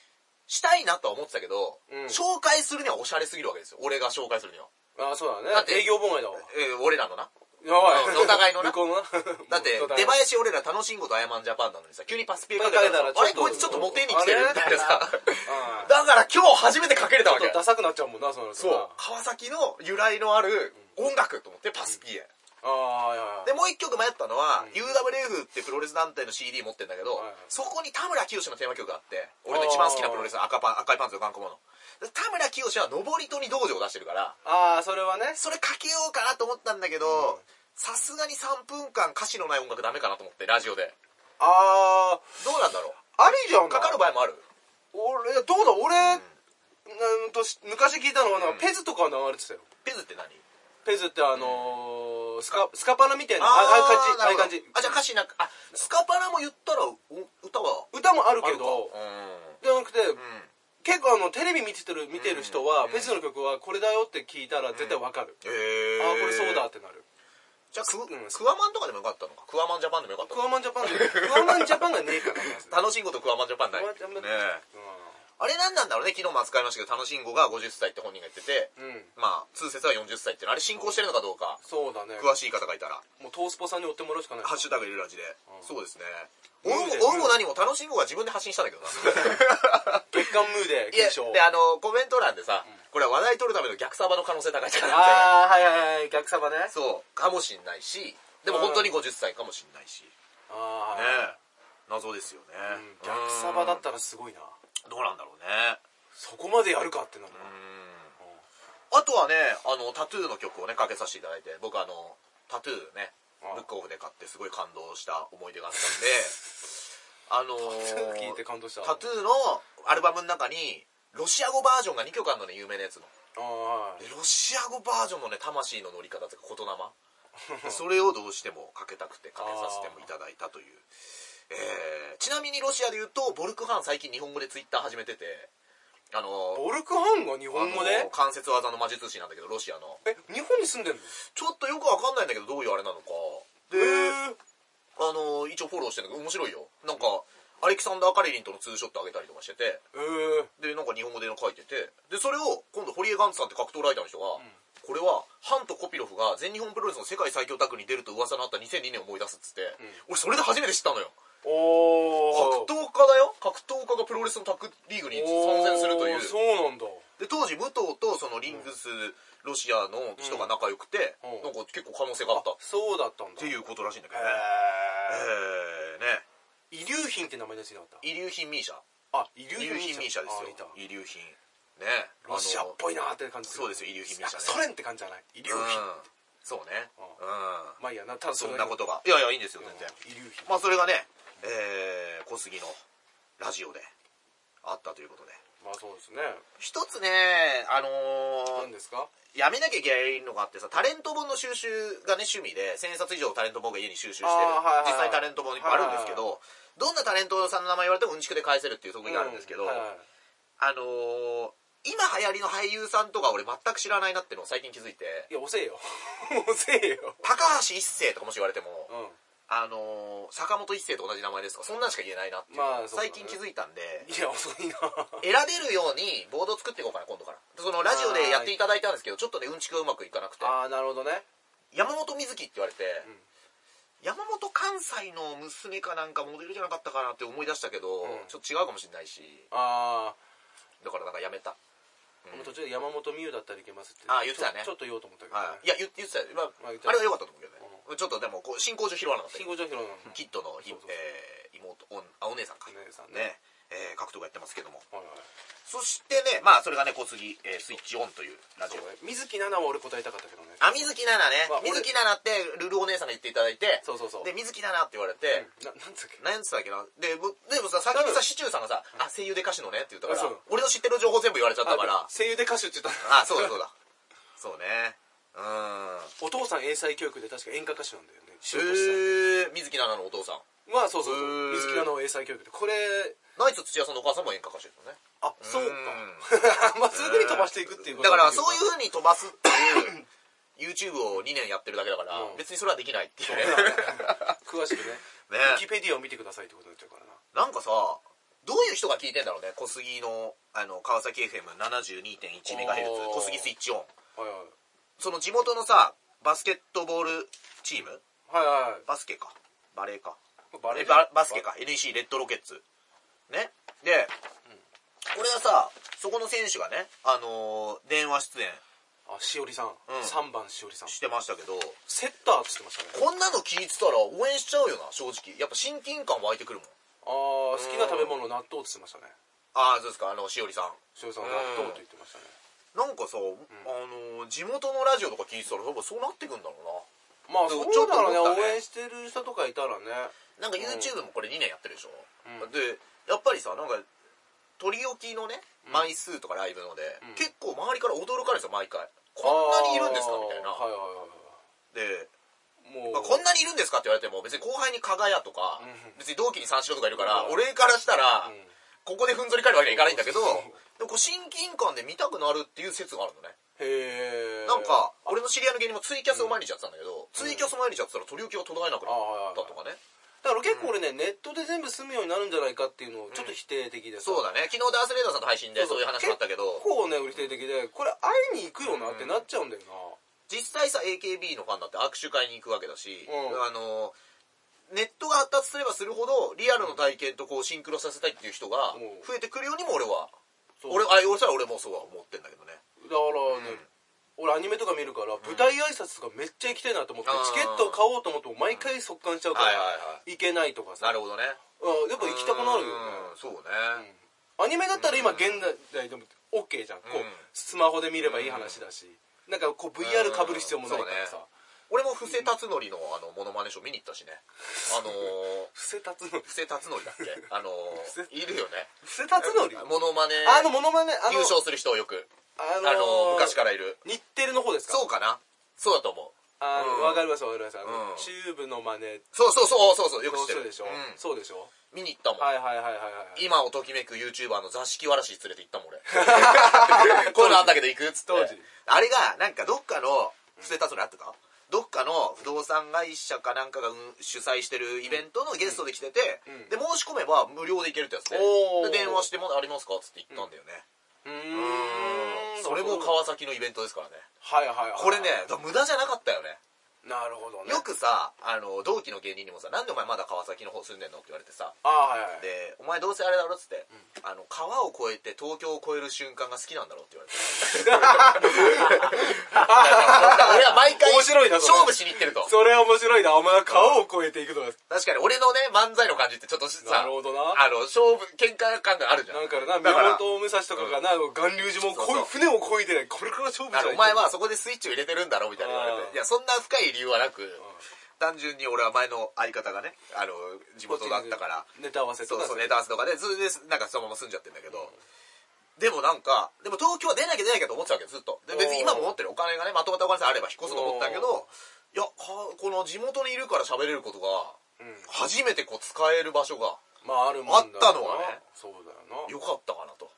[SPEAKER 1] したいなとは思ってたけど、
[SPEAKER 2] うん
[SPEAKER 1] 紹介するにはおしゃれすぎるわけですよ俺が紹介するには、
[SPEAKER 2] あそう
[SPEAKER 1] だっ
[SPEAKER 2] だね
[SPEAKER 1] て
[SPEAKER 2] 営業妨害だわ
[SPEAKER 1] えー俺らのな
[SPEAKER 2] やば
[SPEAKER 1] うん
[SPEAKER 2] い
[SPEAKER 1] お互いのな
[SPEAKER 2] 向こうのな
[SPEAKER 1] だって
[SPEAKER 2] お互
[SPEAKER 1] 出囃子
[SPEAKER 2] いの
[SPEAKER 1] 俺ら楽しんごと謝んジャパンなのにさ急にパスピエかけ
[SPEAKER 2] かけ
[SPEAKER 1] た
[SPEAKER 2] た
[SPEAKER 1] ら
[SPEAKER 2] ら
[SPEAKER 1] あれ
[SPEAKER 2] ち
[SPEAKER 1] こ
[SPEAKER 2] ょっと
[SPEAKER 1] いつちょっとモテに来てるみたいなさ
[SPEAKER 2] あれみたいなうん
[SPEAKER 1] だから今日初めてかけれたわ
[SPEAKER 2] ちょっ
[SPEAKER 1] け
[SPEAKER 2] とダサくなっちゃうもんなその
[SPEAKER 1] そう川崎の由来のある音楽と思ってパスピエ、
[SPEAKER 2] ああはいはいはい
[SPEAKER 1] でもう一曲迷ったのは、
[SPEAKER 2] うん
[SPEAKER 1] UWF ってプロレス団体の CD 持ってんだけど、
[SPEAKER 2] はい
[SPEAKER 1] そこに田村清のテーマ曲があって俺の一番好きなプロレスラー赤パン赤いパンツの頑固者で田村清は上り戸に道場を出してるから
[SPEAKER 2] ああそれはね
[SPEAKER 1] それかけようかなと思ったんだけどさすがに3分間歌詞のない音楽ダメかなと思ってラジオで
[SPEAKER 2] あ
[SPEAKER 1] どうなんだろう
[SPEAKER 2] あありじゃん
[SPEAKER 1] かかる場合もある
[SPEAKER 2] 俺どうだ俺、うん、とし昔聞いたのはなんかペズとか流れてたよ
[SPEAKER 1] ペズって何
[SPEAKER 2] ペズってあのースカスカパラみたいなあ
[SPEAKER 1] ー
[SPEAKER 2] ああいう感じああ
[SPEAKER 1] なる
[SPEAKER 2] いう
[SPEAKER 1] ほどあ
[SPEAKER 2] 感
[SPEAKER 1] じゃあ歌詞なんかあスカパラも言ったらお歌は
[SPEAKER 2] じ歌もある
[SPEAKER 1] あ
[SPEAKER 2] け
[SPEAKER 1] るか
[SPEAKER 2] ど
[SPEAKER 1] う
[SPEAKER 2] じゃなくて、
[SPEAKER 1] んうん
[SPEAKER 2] 結構あのテレビ見てる見てる人は、
[SPEAKER 1] ん
[SPEAKER 2] ペズの曲はこれだよって聞いたら絶対わかる、
[SPEAKER 1] え
[SPEAKER 2] ああこれそうだってなる
[SPEAKER 1] じゃあク,、
[SPEAKER 2] ん
[SPEAKER 1] クワマンとかでもよかったのかクワマンジャパンでもよかった
[SPEAKER 2] ク
[SPEAKER 1] のか
[SPEAKER 2] ワマンジャパンでクワマンジャパンがねえからまず、
[SPEAKER 1] 楽しんごとクワマンジャパンだよね
[SPEAKER 2] クワマンジャパン
[SPEAKER 1] えあれ何なんだろうね昨日も扱いましたけど楽しんごが50歳って本人が言ってて、
[SPEAKER 2] うん、うん、
[SPEAKER 1] まあ通説は40歳っていうのあれ進行してるのかどうか
[SPEAKER 2] そうだね
[SPEAKER 1] 詳しい方がいたら
[SPEAKER 2] もうトースポさんに追ってもらうしかない
[SPEAKER 1] ハッシュタグいるラジで、そうですね
[SPEAKER 2] う
[SPEAKER 1] オ
[SPEAKER 2] ん
[SPEAKER 1] ウもオウも何も楽しんごが自分で発信したんだけどな
[SPEAKER 2] 月刊ムー
[SPEAKER 1] い
[SPEAKER 2] で
[SPEAKER 1] や
[SPEAKER 2] 検証
[SPEAKER 1] であのコメント欄でさ、これは話題取るための逆サバの可能性高いって書いてあって
[SPEAKER 2] ああはいはいはい逆サバね
[SPEAKER 1] そうかもしんないしでも本当に50歳かもしんないし。
[SPEAKER 2] あ
[SPEAKER 1] ね
[SPEAKER 2] あ、
[SPEAKER 1] 謎ですよね
[SPEAKER 2] うん。逆サバだったらすごいな
[SPEAKER 1] うんどうなんだろうね。
[SPEAKER 2] そこまでやるかってなるな
[SPEAKER 1] あとはね、あの、タトゥーの曲をね、かけさせていただいて、僕あの、タトゥーね
[SPEAKER 2] ああ、
[SPEAKER 1] ブックオフで買ってすごい感動した思い出があった んで、あのー
[SPEAKER 2] 聞いて感動した
[SPEAKER 1] タトゥーのアルバムの中に、ロシア語バージョンが2曲あるのね、有名なやつの。
[SPEAKER 2] ああはい
[SPEAKER 1] でロシア語バージョンのね、魂の乗り方というか、言霊。それをどうしてもかけたくて、かけさせてもいただいたという。えーちなみにロシアで言うと、ボルクハン最近日本語でツイッター始めてて、あのー
[SPEAKER 2] ボルクハンが日本語
[SPEAKER 1] あ
[SPEAKER 2] で
[SPEAKER 1] の関節技の魔術師なんだけどロシアの
[SPEAKER 2] え日本に住んでんの
[SPEAKER 1] ちょっとよくわかんないんだけどどういうあれなのかで
[SPEAKER 2] へえ
[SPEAKER 1] あの一応フォローしてるんだけど面白いよなんかアレキサンダー・カレリンとのツーショットあげたりとかしてて
[SPEAKER 2] ええ
[SPEAKER 1] でなんか日本語での書いててでそれを今度堀江ガンツさんって格闘ライターの人が、これはハンとコピロフが全日本プロレスの世界最強タッグに出ると噂のあった2002年を思い出すっつって、俺それで初めて知ったのよ
[SPEAKER 2] お
[SPEAKER 1] 格闘家だよ格闘家がプロレスのタッグリーグに参戦するという
[SPEAKER 2] おーそうなんだ
[SPEAKER 1] で当時武藤とそのリングス、ロシアの人が仲良くて、
[SPEAKER 2] う
[SPEAKER 1] な
[SPEAKER 2] ん
[SPEAKER 1] んか結構可能性があったっ
[SPEAKER 2] そうだったんだ
[SPEAKER 1] ていううことらしいんだけ
[SPEAKER 2] へ
[SPEAKER 1] どねえー、ね
[SPEAKER 2] え遺留品って名前出してなかっ
[SPEAKER 1] 遺留品ミーシャ
[SPEAKER 2] たあ遺留
[SPEAKER 1] 遺留品ミーシャです
[SPEAKER 2] あいた
[SPEAKER 1] よ遺留品ねあの
[SPEAKER 2] ロシアっぽいなーって感じ
[SPEAKER 1] そうですよ遺留品ミー
[SPEAKER 2] なん
[SPEAKER 1] シャね
[SPEAKER 2] かソ連って感じじゃない遺留
[SPEAKER 1] う
[SPEAKER 2] 品
[SPEAKER 1] んそうねうん
[SPEAKER 2] まあいいやなただ
[SPEAKER 1] そ
[SPEAKER 2] れ
[SPEAKER 1] んな
[SPEAKER 2] だけ
[SPEAKER 1] ことがいやいやいいんですよ
[SPEAKER 2] うん
[SPEAKER 1] 全然
[SPEAKER 2] 遺留品
[SPEAKER 1] まあそれがねえー、小杉のラジオであったということで
[SPEAKER 2] まあそうですね
[SPEAKER 1] 一つねあのー
[SPEAKER 2] 何ですか
[SPEAKER 1] やめなきゃいけないのがあってさ、タレント本の収集がね、趣味で、1000冊以上タレント本が家に収集してる。
[SPEAKER 2] あーはいはいはい
[SPEAKER 1] 実際タレント本いっぱいあるんですけど、どんなタレントさんの名前言われてもうんちくで返せるっていう特技があるんですけど、
[SPEAKER 2] うはい
[SPEAKER 1] あのー今流行りの俳優さんとか俺全く知らないなってのを最近気づいて、
[SPEAKER 2] いや遅えよ遅えよ
[SPEAKER 1] 高橋一生とかもし言われても、
[SPEAKER 2] うん
[SPEAKER 1] あのー坂本一生と同じ名前ですかそんなんしか言えないなっていう、
[SPEAKER 2] まあそうだ
[SPEAKER 1] 最
[SPEAKER 2] ね
[SPEAKER 1] 近気づいたんで、
[SPEAKER 2] いや遅いな
[SPEAKER 1] 選べるようにボード作っていこうかな、今度から。そのラジオでやっていただいたんですけど、ちょっとね、うんちくがうまくいかなくて。
[SPEAKER 2] ああなるほどね
[SPEAKER 1] 山本美月って言われて、
[SPEAKER 2] ん
[SPEAKER 1] 山本関西の娘かなんかモデルじゃなかったかなって思い出したけど、
[SPEAKER 2] ん
[SPEAKER 1] ちょっと違うかもしれないし
[SPEAKER 2] ああ
[SPEAKER 1] だからなんかやめた、
[SPEAKER 2] この途中で山本美優だったらいけますって
[SPEAKER 1] あー言ってたね
[SPEAKER 2] ちょちょっと言おうと思ったけど
[SPEAKER 1] は
[SPEAKER 2] ね
[SPEAKER 1] い、いや言って言ってたよ、まあ
[SPEAKER 2] まあ言って
[SPEAKER 1] あ
[SPEAKER 2] た
[SPEAKER 1] れは良かったと思うけどね、ちょっとでもこう進行上拾わなかったけ
[SPEAKER 2] 慎
[SPEAKER 1] ど
[SPEAKER 2] 吾ちゃんひろなの
[SPEAKER 1] キッドのい
[SPEAKER 2] そうそうそう
[SPEAKER 1] えー妹おんあお姉さんか
[SPEAKER 2] お姉さん
[SPEAKER 1] ね
[SPEAKER 2] ね
[SPEAKER 1] えー格闘がやってますけども
[SPEAKER 2] はいはい
[SPEAKER 1] そしてねまあそれがね小杉、えースイッチオンというラジ
[SPEAKER 2] そ
[SPEAKER 1] オ
[SPEAKER 2] うね水木奈々は俺答えたかったけどね
[SPEAKER 1] あ水木奈々ね、
[SPEAKER 2] まあ俺
[SPEAKER 1] 水木奈々ってルルお姉さんが言っていただいて
[SPEAKER 2] そうそうそう
[SPEAKER 1] で水木奈々って言われて、
[SPEAKER 2] ななんつうっけ
[SPEAKER 1] なんつったっけなでぶでもさ先にさ
[SPEAKER 2] 多分
[SPEAKER 1] シチューさんがさ「あ声優で歌手のね」って言ったから
[SPEAKER 2] あそう
[SPEAKER 1] 俺の知ってる情報全部言われちゃったから
[SPEAKER 2] あ声優で歌手って言った
[SPEAKER 1] あそうだそうだ そうねうーん
[SPEAKER 2] お父さん英才教育で確か演歌歌手なんだよね仕事
[SPEAKER 1] え
[SPEAKER 2] して
[SPEAKER 1] ー、水木奈々のお父さん
[SPEAKER 2] たまあそうそうそ
[SPEAKER 1] へー
[SPEAKER 2] う水木奈々は英才教育でこれ
[SPEAKER 1] ナイツ土屋さんのお母さんも演歌歌手ですよね
[SPEAKER 2] あそうか
[SPEAKER 1] う
[SPEAKER 2] まあそういうふうに飛ばしていくっていうこと
[SPEAKER 1] だか
[SPEAKER 2] な
[SPEAKER 1] ら
[SPEAKER 2] ん
[SPEAKER 1] そういう
[SPEAKER 2] う
[SPEAKER 1] 風に飛ばすっていう YouTube を2年やってるだけだから、
[SPEAKER 2] うん
[SPEAKER 1] 別にそれはできないっていうね
[SPEAKER 2] 詳しくね
[SPEAKER 1] ね
[SPEAKER 2] ウィキペディアを見てくださいってことになっちゃうからな
[SPEAKER 1] なんかさどういう人が聞いてんだろうね小杉のあの川崎 FM72.1 メガヘルツ
[SPEAKER 2] おー
[SPEAKER 1] 小杉スイッチオン
[SPEAKER 2] はいはい
[SPEAKER 1] その地元のさバスケットボールチーム
[SPEAKER 2] はいはいはい
[SPEAKER 1] バスケかバレーか
[SPEAKER 2] バ
[SPEAKER 1] えババスケか NEC レッドロケッツねで、これはさそこの選手がねあのー電話出演
[SPEAKER 2] あしおりさん、
[SPEAKER 1] ん
[SPEAKER 2] 3番しおりさん
[SPEAKER 1] してましたけど
[SPEAKER 2] セッターっつってましたね
[SPEAKER 1] こんなの聞いてたら応援しちゃうよな正直やっぱ親近感湧いてくるもん
[SPEAKER 2] ああ好きな食べ物納豆っつってましたね
[SPEAKER 1] ああそうですかあのしおりさん
[SPEAKER 2] しおりさんは納豆って言ってましたね
[SPEAKER 1] なんかさ、あのー地元のラジオとか聞いてたら多分そうなってくんだろう
[SPEAKER 2] まあ
[SPEAKER 1] で
[SPEAKER 2] そ
[SPEAKER 1] も
[SPEAKER 2] うだろうね
[SPEAKER 1] ちょっと思ったね
[SPEAKER 2] 応援してる人とかいたらね
[SPEAKER 1] ななんか YouTube もこれ2年やってるでしょ、
[SPEAKER 2] うん
[SPEAKER 1] でやっぱりさなんか取り置きのね枚数とかライブので、
[SPEAKER 2] ん
[SPEAKER 1] 結構周りから驚かれてた毎回こんなにいるんですか
[SPEAKER 2] あー
[SPEAKER 1] みたいな、
[SPEAKER 2] はいはいはいはい
[SPEAKER 1] で、
[SPEAKER 2] もう、
[SPEAKER 1] まあ、こんなにいるんですかって言われても別に後輩に加賀屋とか、
[SPEAKER 2] うん
[SPEAKER 1] 別に同期に三四郎とかいるから、
[SPEAKER 2] うん
[SPEAKER 1] 俺からしたら、
[SPEAKER 2] うん
[SPEAKER 1] ここでふんぞり返るわけにはいかないんだけど、
[SPEAKER 2] そうそうそう
[SPEAKER 1] でもこう親近感で見たくなるっていう説があるのね、
[SPEAKER 2] へえ
[SPEAKER 1] なんか俺の知り合いの芸人もツイキャスを毎日やってたんだけど、ツイキャス毎日やってたら取り置きが途絶えなくなったとかね、
[SPEAKER 2] だから結構俺ね、ネットで全部済むようになるんじゃないかっていうのをちょっと否定的でさ、
[SPEAKER 1] そうだね昨日ダースレーダーさんと配信でそういう話もあったけど
[SPEAKER 2] 結構ね俺否定的でこれ会いに行くよなってなっちゃうんだよな、
[SPEAKER 1] 実際さ AKB のファンだって握手会に行くわけだし、
[SPEAKER 2] うん
[SPEAKER 1] あのネットが発達すればするほどリアルの体験とこうシンクロさせたいっていう人が
[SPEAKER 2] うん
[SPEAKER 1] 増えてくるようにも俺は
[SPEAKER 2] そう
[SPEAKER 1] 俺あ俺それは俺もそうは思ってんだけどね
[SPEAKER 2] だからね、俺アニメとか見るから舞台挨拶とかめっちゃ行きたいなと思って
[SPEAKER 1] あー
[SPEAKER 2] チケット買おうと思っても毎回速乾しちゃうから
[SPEAKER 1] はいはいは
[SPEAKER 2] 行けないとかさ
[SPEAKER 1] な
[SPEAKER 2] あ
[SPEAKER 1] るほどね
[SPEAKER 2] ーやっぱ行きたくなるよね
[SPEAKER 1] うんそうね
[SPEAKER 2] アニメだったら今現代でも OK じゃんこ
[SPEAKER 1] う
[SPEAKER 2] うんスマホで見ればいい話だしなんかこう VR かぶる必要もないから
[SPEAKER 1] う
[SPEAKER 2] さ
[SPEAKER 1] んそうね俺も布施辰徳のあのモノマネショー見に行ったしねあのー
[SPEAKER 2] 伏せ 立つの
[SPEAKER 1] 布施辰徳だっけあの
[SPEAKER 2] 布施
[SPEAKER 1] ーいるよね
[SPEAKER 2] 伏せ立つのり
[SPEAKER 1] モノマネ
[SPEAKER 2] あのモノマネあの
[SPEAKER 1] 優勝する人をよく
[SPEAKER 2] あ
[SPEAKER 1] あ
[SPEAKER 2] のー
[SPEAKER 1] のー昔からいる
[SPEAKER 2] 日テレの方ですか
[SPEAKER 1] そうかなそうだと思う
[SPEAKER 2] あ
[SPEAKER 1] うん
[SPEAKER 2] のわかりますわかりますあ
[SPEAKER 1] う
[SPEAKER 2] の
[SPEAKER 1] ん
[SPEAKER 2] チューブの真似
[SPEAKER 1] そうそうそうそうそうよく知って
[SPEAKER 2] そう
[SPEAKER 1] る
[SPEAKER 2] でしょ
[SPEAKER 1] うん
[SPEAKER 2] そうでしょ
[SPEAKER 1] 見に行ったもん、
[SPEAKER 2] はいはいはいはいはい
[SPEAKER 1] 今をときめく YouTuber の座敷わらし連れて行ったもん 俺こういうのあったけど行くっつって
[SPEAKER 2] 当時
[SPEAKER 1] あれがなんかどっかの伏せたそれあったかどっかの不動産会社かなんかがうん主催してるイベントのゲストで来てて、
[SPEAKER 2] うん
[SPEAKER 1] で申し込めば無料で行けるってやつで
[SPEAKER 2] おー
[SPEAKER 1] で電話してもありますかっつって行ったんだよね、
[SPEAKER 2] う
[SPEAKER 1] う
[SPEAKER 2] ー
[SPEAKER 1] ん
[SPEAKER 2] ん
[SPEAKER 1] それも
[SPEAKER 2] か
[SPEAKER 1] 川
[SPEAKER 2] わ
[SPEAKER 1] 崎のイベントですからね
[SPEAKER 2] はいはいはい
[SPEAKER 1] これねだ無駄じゃなかったよね
[SPEAKER 2] なるほどね
[SPEAKER 1] よくさあの同期の芸人にもさ「なんでお前まだ川崎の方住んでんの?」って言われてさ
[SPEAKER 2] ああはいはい
[SPEAKER 1] で「お前どうせあれだろ」っつって、あの「川を越えて東京を越える瞬間が好きなんだろ」って言われて だから俺は毎回
[SPEAKER 2] 面白いなそれ
[SPEAKER 1] 勝負しに行ってると
[SPEAKER 2] それは面白いなお前は顔を越えていくのが
[SPEAKER 1] 確かに俺のね漫才の感じってちょっとさ
[SPEAKER 2] なるほどな
[SPEAKER 1] あの勝負喧嘩感があるじゃん
[SPEAKER 2] なんかな
[SPEAKER 1] だから
[SPEAKER 2] 宮本武蔵とかがな巌流島を
[SPEAKER 1] そうそう
[SPEAKER 2] こい船をこいでこれから 勝負じ
[SPEAKER 1] だ
[SPEAKER 2] ゃ
[SPEAKER 1] から
[SPEAKER 2] な
[SPEAKER 1] お前
[SPEAKER 2] い
[SPEAKER 1] はそこでスイッチを入れてるんだろみたいな言われ
[SPEAKER 2] う
[SPEAKER 1] て
[SPEAKER 2] ん
[SPEAKER 1] いやそんな深い理由はなく単純に俺は前の相方がねあの地元だったから
[SPEAKER 2] ネタ合わせ
[SPEAKER 1] そ
[SPEAKER 2] と
[SPEAKER 1] う
[SPEAKER 2] か
[SPEAKER 1] そうネタ合わせとかでそれでなんかそのまま住んじゃってんだけど、でもなんかでも東京は出なきゃ出なきゃと思ってたわけよずっとで別に今も持ってるお金がねまとまったお金さえあれば引っ越すと思ったけどいやかこの地元にいるから喋れることが
[SPEAKER 2] うん
[SPEAKER 1] 初めてこう使える場所が
[SPEAKER 2] まああるもんだ
[SPEAKER 1] あったのはね
[SPEAKER 2] そうだよ
[SPEAKER 1] 良かったかなと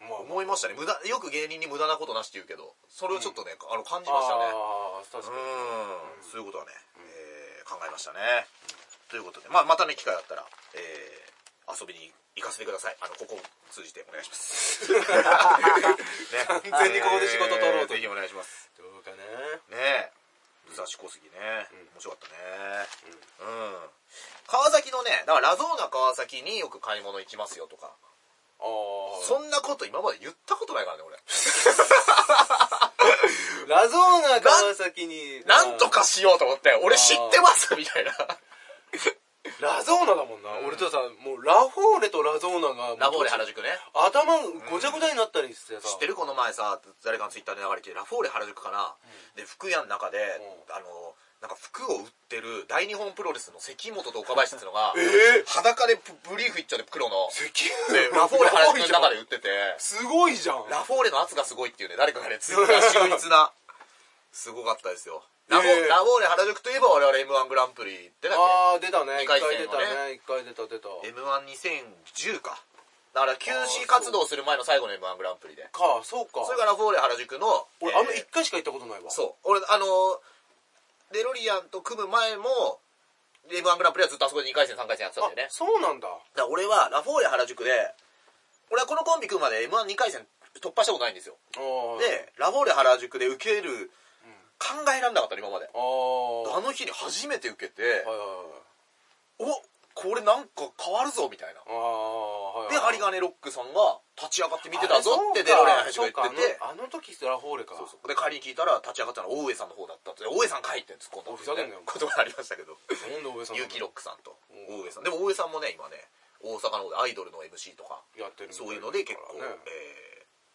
[SPEAKER 2] なまあ
[SPEAKER 1] 思いましたね無駄よく芸人に無駄なことなしって言うけどそれをちょっとね、あの感じましたね
[SPEAKER 2] ああ確
[SPEAKER 1] う
[SPEAKER 2] かに
[SPEAKER 1] んそういうことはね、えー考えましたねということで、まあ、またね機会あったら、えー遊びに行かせてくださいあのここを通じてお願いします ね
[SPEAKER 2] 完全にここで仕事取ろうと
[SPEAKER 1] えーぜひお願いします
[SPEAKER 2] どうかね
[SPEAKER 1] ねえ武蔵小杉ね、面白かったねうん、川崎のねだからラゾーナ川崎によく買い物行きますよとか
[SPEAKER 2] ああ
[SPEAKER 1] そんなこと今まで言ったことないからね俺
[SPEAKER 2] ラゾーナ川崎に
[SPEAKER 1] なんとかしようと思って俺知ってますみたいな
[SPEAKER 2] ラゾーナだもんな、俺とさもうラフォーレとラゾーナが
[SPEAKER 1] ラボー
[SPEAKER 2] もう
[SPEAKER 1] レ原宿ね
[SPEAKER 2] 頭ごちゃごちゃになったりしてさ、
[SPEAKER 1] 知ってるこの前さ誰かのツイッターで流れてラフォーレ原宿かな、で服屋の中で、あのなんか服を売ってる大日本プロレスの関本と岡林っていうのが、
[SPEAKER 2] えー
[SPEAKER 1] 裸でブブリーフ一丁で黒の
[SPEAKER 2] 石
[SPEAKER 1] で
[SPEAKER 2] 油
[SPEAKER 1] ラフォーレ原宿の中で売
[SPEAKER 2] やばいじゃん
[SPEAKER 1] ってて
[SPEAKER 2] すごいじゃん
[SPEAKER 1] ラフォーレの圧がすごいっていうね誰かがねツイ ッター秀逸なすごかったですよラフォ,、
[SPEAKER 2] えー
[SPEAKER 1] ラフォーレ原宿といえば我々 m 1グランプリってだっけ
[SPEAKER 2] ああ出たね
[SPEAKER 1] 二
[SPEAKER 2] 一
[SPEAKER 1] 回
[SPEAKER 2] 回
[SPEAKER 1] 戦は
[SPEAKER 2] 出た
[SPEAKER 1] ね
[SPEAKER 2] ね一回出た出た
[SPEAKER 1] m 1 2010かだから休止活動する前の最後の m 1グランプリで
[SPEAKER 2] かそうか
[SPEAKER 1] それがラフォーレ原宿の
[SPEAKER 2] 俺、
[SPEAKER 1] えー
[SPEAKER 2] あんま一回しか行ったことないわう
[SPEAKER 1] そう俺あのーデロリアンと組む前も m 1グランプリはずっとあそこで2回戦3回戦やってたんだよね
[SPEAKER 2] そうなんだ
[SPEAKER 1] だから俺はラフォーレ原宿で俺はこのコンビ組むまで m 1 2回戦突破したことないんですよ
[SPEAKER 2] あー
[SPEAKER 1] でラフォーレ原宿で受ける考えられなかったの今まで
[SPEAKER 2] ああ
[SPEAKER 1] あの日に初めて受けて
[SPEAKER 2] はいはいはい
[SPEAKER 1] おこれなんか変わるぞみたいな
[SPEAKER 2] ああはい
[SPEAKER 1] で
[SPEAKER 2] は
[SPEAKER 1] ハ
[SPEAKER 2] い
[SPEAKER 1] リガネロックさんが立ち上がって見てたぞってデロレアンが言って
[SPEAKER 2] あれそう
[SPEAKER 1] て
[SPEAKER 2] かあのあの時ラフォーレか
[SPEAKER 1] そうそうで仮に聞いたら立ち上がったのは大江さんの方だったって大江さんかいって突っ込んだって
[SPEAKER 2] おふざけ
[SPEAKER 1] いうんね
[SPEAKER 2] なよ
[SPEAKER 1] ことがありましたけど
[SPEAKER 2] なんで大江さんな
[SPEAKER 1] ユ
[SPEAKER 2] の
[SPEAKER 1] キロックさんと
[SPEAKER 2] うん
[SPEAKER 1] 大江さんでも大江さんもね今ね大阪の方でアイドルの MC とか
[SPEAKER 2] やってるみた
[SPEAKER 1] そういうので結構、
[SPEAKER 2] だからね
[SPEAKER 1] え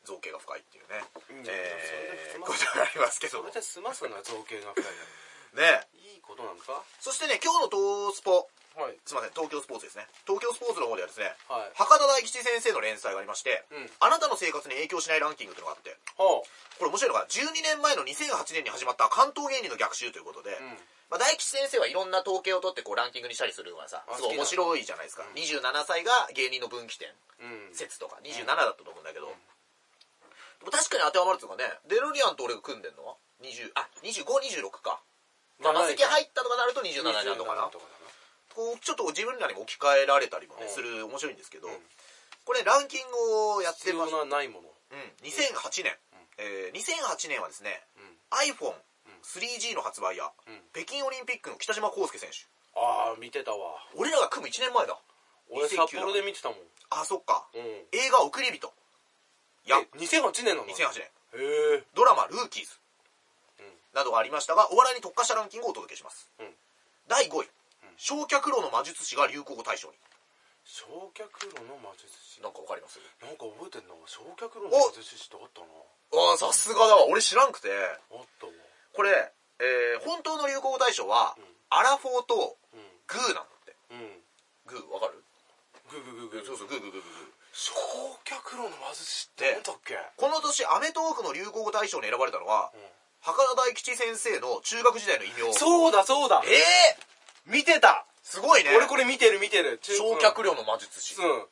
[SPEAKER 1] ー造形が深いっていう
[SPEAKER 2] いい
[SPEAKER 1] ね
[SPEAKER 2] んじゃない
[SPEAKER 1] えー
[SPEAKER 2] それで済ま
[SPEAKER 1] こ
[SPEAKER 2] す
[SPEAKER 1] とがありますけど
[SPEAKER 2] そ
[SPEAKER 1] も
[SPEAKER 2] れ
[SPEAKER 1] ね
[SPEAKER 2] で済ますのは造形が深いいいことなんか
[SPEAKER 1] そしてね今日の東スポ
[SPEAKER 2] はい
[SPEAKER 1] すいません東京スポーツですね東京スポーツの方ではですね、
[SPEAKER 2] はい
[SPEAKER 1] 博多大吉先生の連載がありまして、
[SPEAKER 2] うん
[SPEAKER 1] あなたの生活に影響しないランキングというのがあって
[SPEAKER 2] は
[SPEAKER 1] これ面白いのが12年前の2008年に始まった関東芸人の逆襲ということで、
[SPEAKER 2] ん
[SPEAKER 1] まあ、大吉先生はいろんな統計を取ってこうランキングにしたりするのがさ
[SPEAKER 2] あ
[SPEAKER 1] すごい面白いじゃないですか、27歳が芸人の分岐点
[SPEAKER 2] あうん
[SPEAKER 1] 説とか27だったと思うんだけど、でも確かに当てはまるっていうかねデロリアンと俺が組んでんのは20あ2526か7席入ったとかなると27になるのかな
[SPEAKER 2] とかだな
[SPEAKER 1] こうちょっと自分らにも置き換えられたりもね
[SPEAKER 2] うん
[SPEAKER 1] する面白いんですけど、
[SPEAKER 2] うん
[SPEAKER 1] これランキングをやって
[SPEAKER 2] 必
[SPEAKER 1] ま
[SPEAKER 2] 要
[SPEAKER 1] し
[SPEAKER 2] のない
[SPEAKER 1] う
[SPEAKER 2] もの
[SPEAKER 1] ん、2008年、えー2008年はですね、
[SPEAKER 2] ん
[SPEAKER 1] iPhone3G の発売や、
[SPEAKER 2] うん
[SPEAKER 1] 北京オリンピックの北島康介選手
[SPEAKER 2] ああ見てたわ
[SPEAKER 1] 俺らが組む1年前だ
[SPEAKER 2] 俺
[SPEAKER 1] 2009だ
[SPEAKER 2] 札幌で見てたもんう
[SPEAKER 1] あそっか、
[SPEAKER 2] ん
[SPEAKER 1] 映
[SPEAKER 2] え
[SPEAKER 1] 画「送り人」や
[SPEAKER 2] 2008年
[SPEAKER 1] 2008
[SPEAKER 2] なの
[SPEAKER 1] 年
[SPEAKER 2] へえ
[SPEAKER 1] ドラマ「ルーキーズ」などがありましたがお笑いに特化したランキングをお届けします、
[SPEAKER 2] うん
[SPEAKER 1] 第5位焼却炉の魔術師が流行語大賞に
[SPEAKER 2] 焼却炉の魔術師な
[SPEAKER 1] なんかわかります
[SPEAKER 2] んか覚えてんな焼却炉の魔術師ってあったな
[SPEAKER 1] ああさすがだわ俺知らんくて
[SPEAKER 2] あったわ
[SPEAKER 1] これ、えー本当の流行語大賞は、
[SPEAKER 2] ん
[SPEAKER 1] アラフォーと
[SPEAKER 2] う
[SPEAKER 1] グーなんだって
[SPEAKER 2] んうん
[SPEAKER 1] グーわかる
[SPEAKER 2] グーグーグーグー
[SPEAKER 1] そうそうグーグーグーグーグー
[SPEAKER 2] 焼却炉の魔術師ってなんだっけ
[SPEAKER 1] この年アメトーークの流行語大賞に選ばれたのは、博多大吉先生の中学時代の異名
[SPEAKER 2] そうだそうだ
[SPEAKER 1] ええ
[SPEAKER 2] 見てた
[SPEAKER 1] すごいね
[SPEAKER 2] 俺これ見てる見てる
[SPEAKER 1] 焼却炉の魔術師、
[SPEAKER 2] うん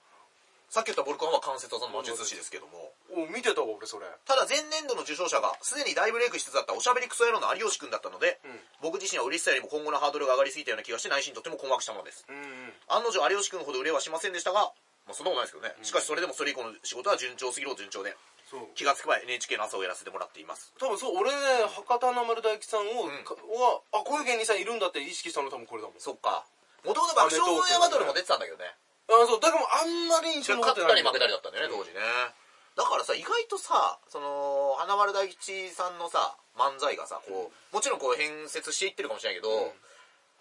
[SPEAKER 1] さっき言ったボルカンは関節技の魔術師ですけども
[SPEAKER 2] お見てたわ俺それ
[SPEAKER 1] ただ前年度の受賞者がすでに大ブレイクしつつあったおしゃべりクソ野郎の有吉くんだったので、
[SPEAKER 2] ん
[SPEAKER 1] 僕自身は嬉しさよりも今後のハードルが上がりすぎたような気がして内心とても困惑したものです
[SPEAKER 2] うんうん
[SPEAKER 1] 案の定有吉くんほど売れはしませんでしたがまあそんなことないですけどね、しかしそれでもそれ以降の仕事は順調すぎろ順調で
[SPEAKER 2] そう
[SPEAKER 1] 気がつけば NHK の朝をやらせてもらっています
[SPEAKER 2] 多分そう俺ね博多華丸大吉さんを
[SPEAKER 1] ん
[SPEAKER 2] かはあこういう芸人さんいるんだって意識したの多分これだもんあ
[SPEAKER 1] そっかもともと爆笑オンエアバトルも出てたんだけどね
[SPEAKER 2] そうだからもうあんまり印象に残っ
[SPEAKER 1] 勝っ
[SPEAKER 2] てな
[SPEAKER 1] たり
[SPEAKER 2] い
[SPEAKER 1] 負けたりだったんだよね当時ねだからさ意外とさその花丸大吉さんのさ漫才がさこうもちろんこう変節していってるかもしれないけど、オ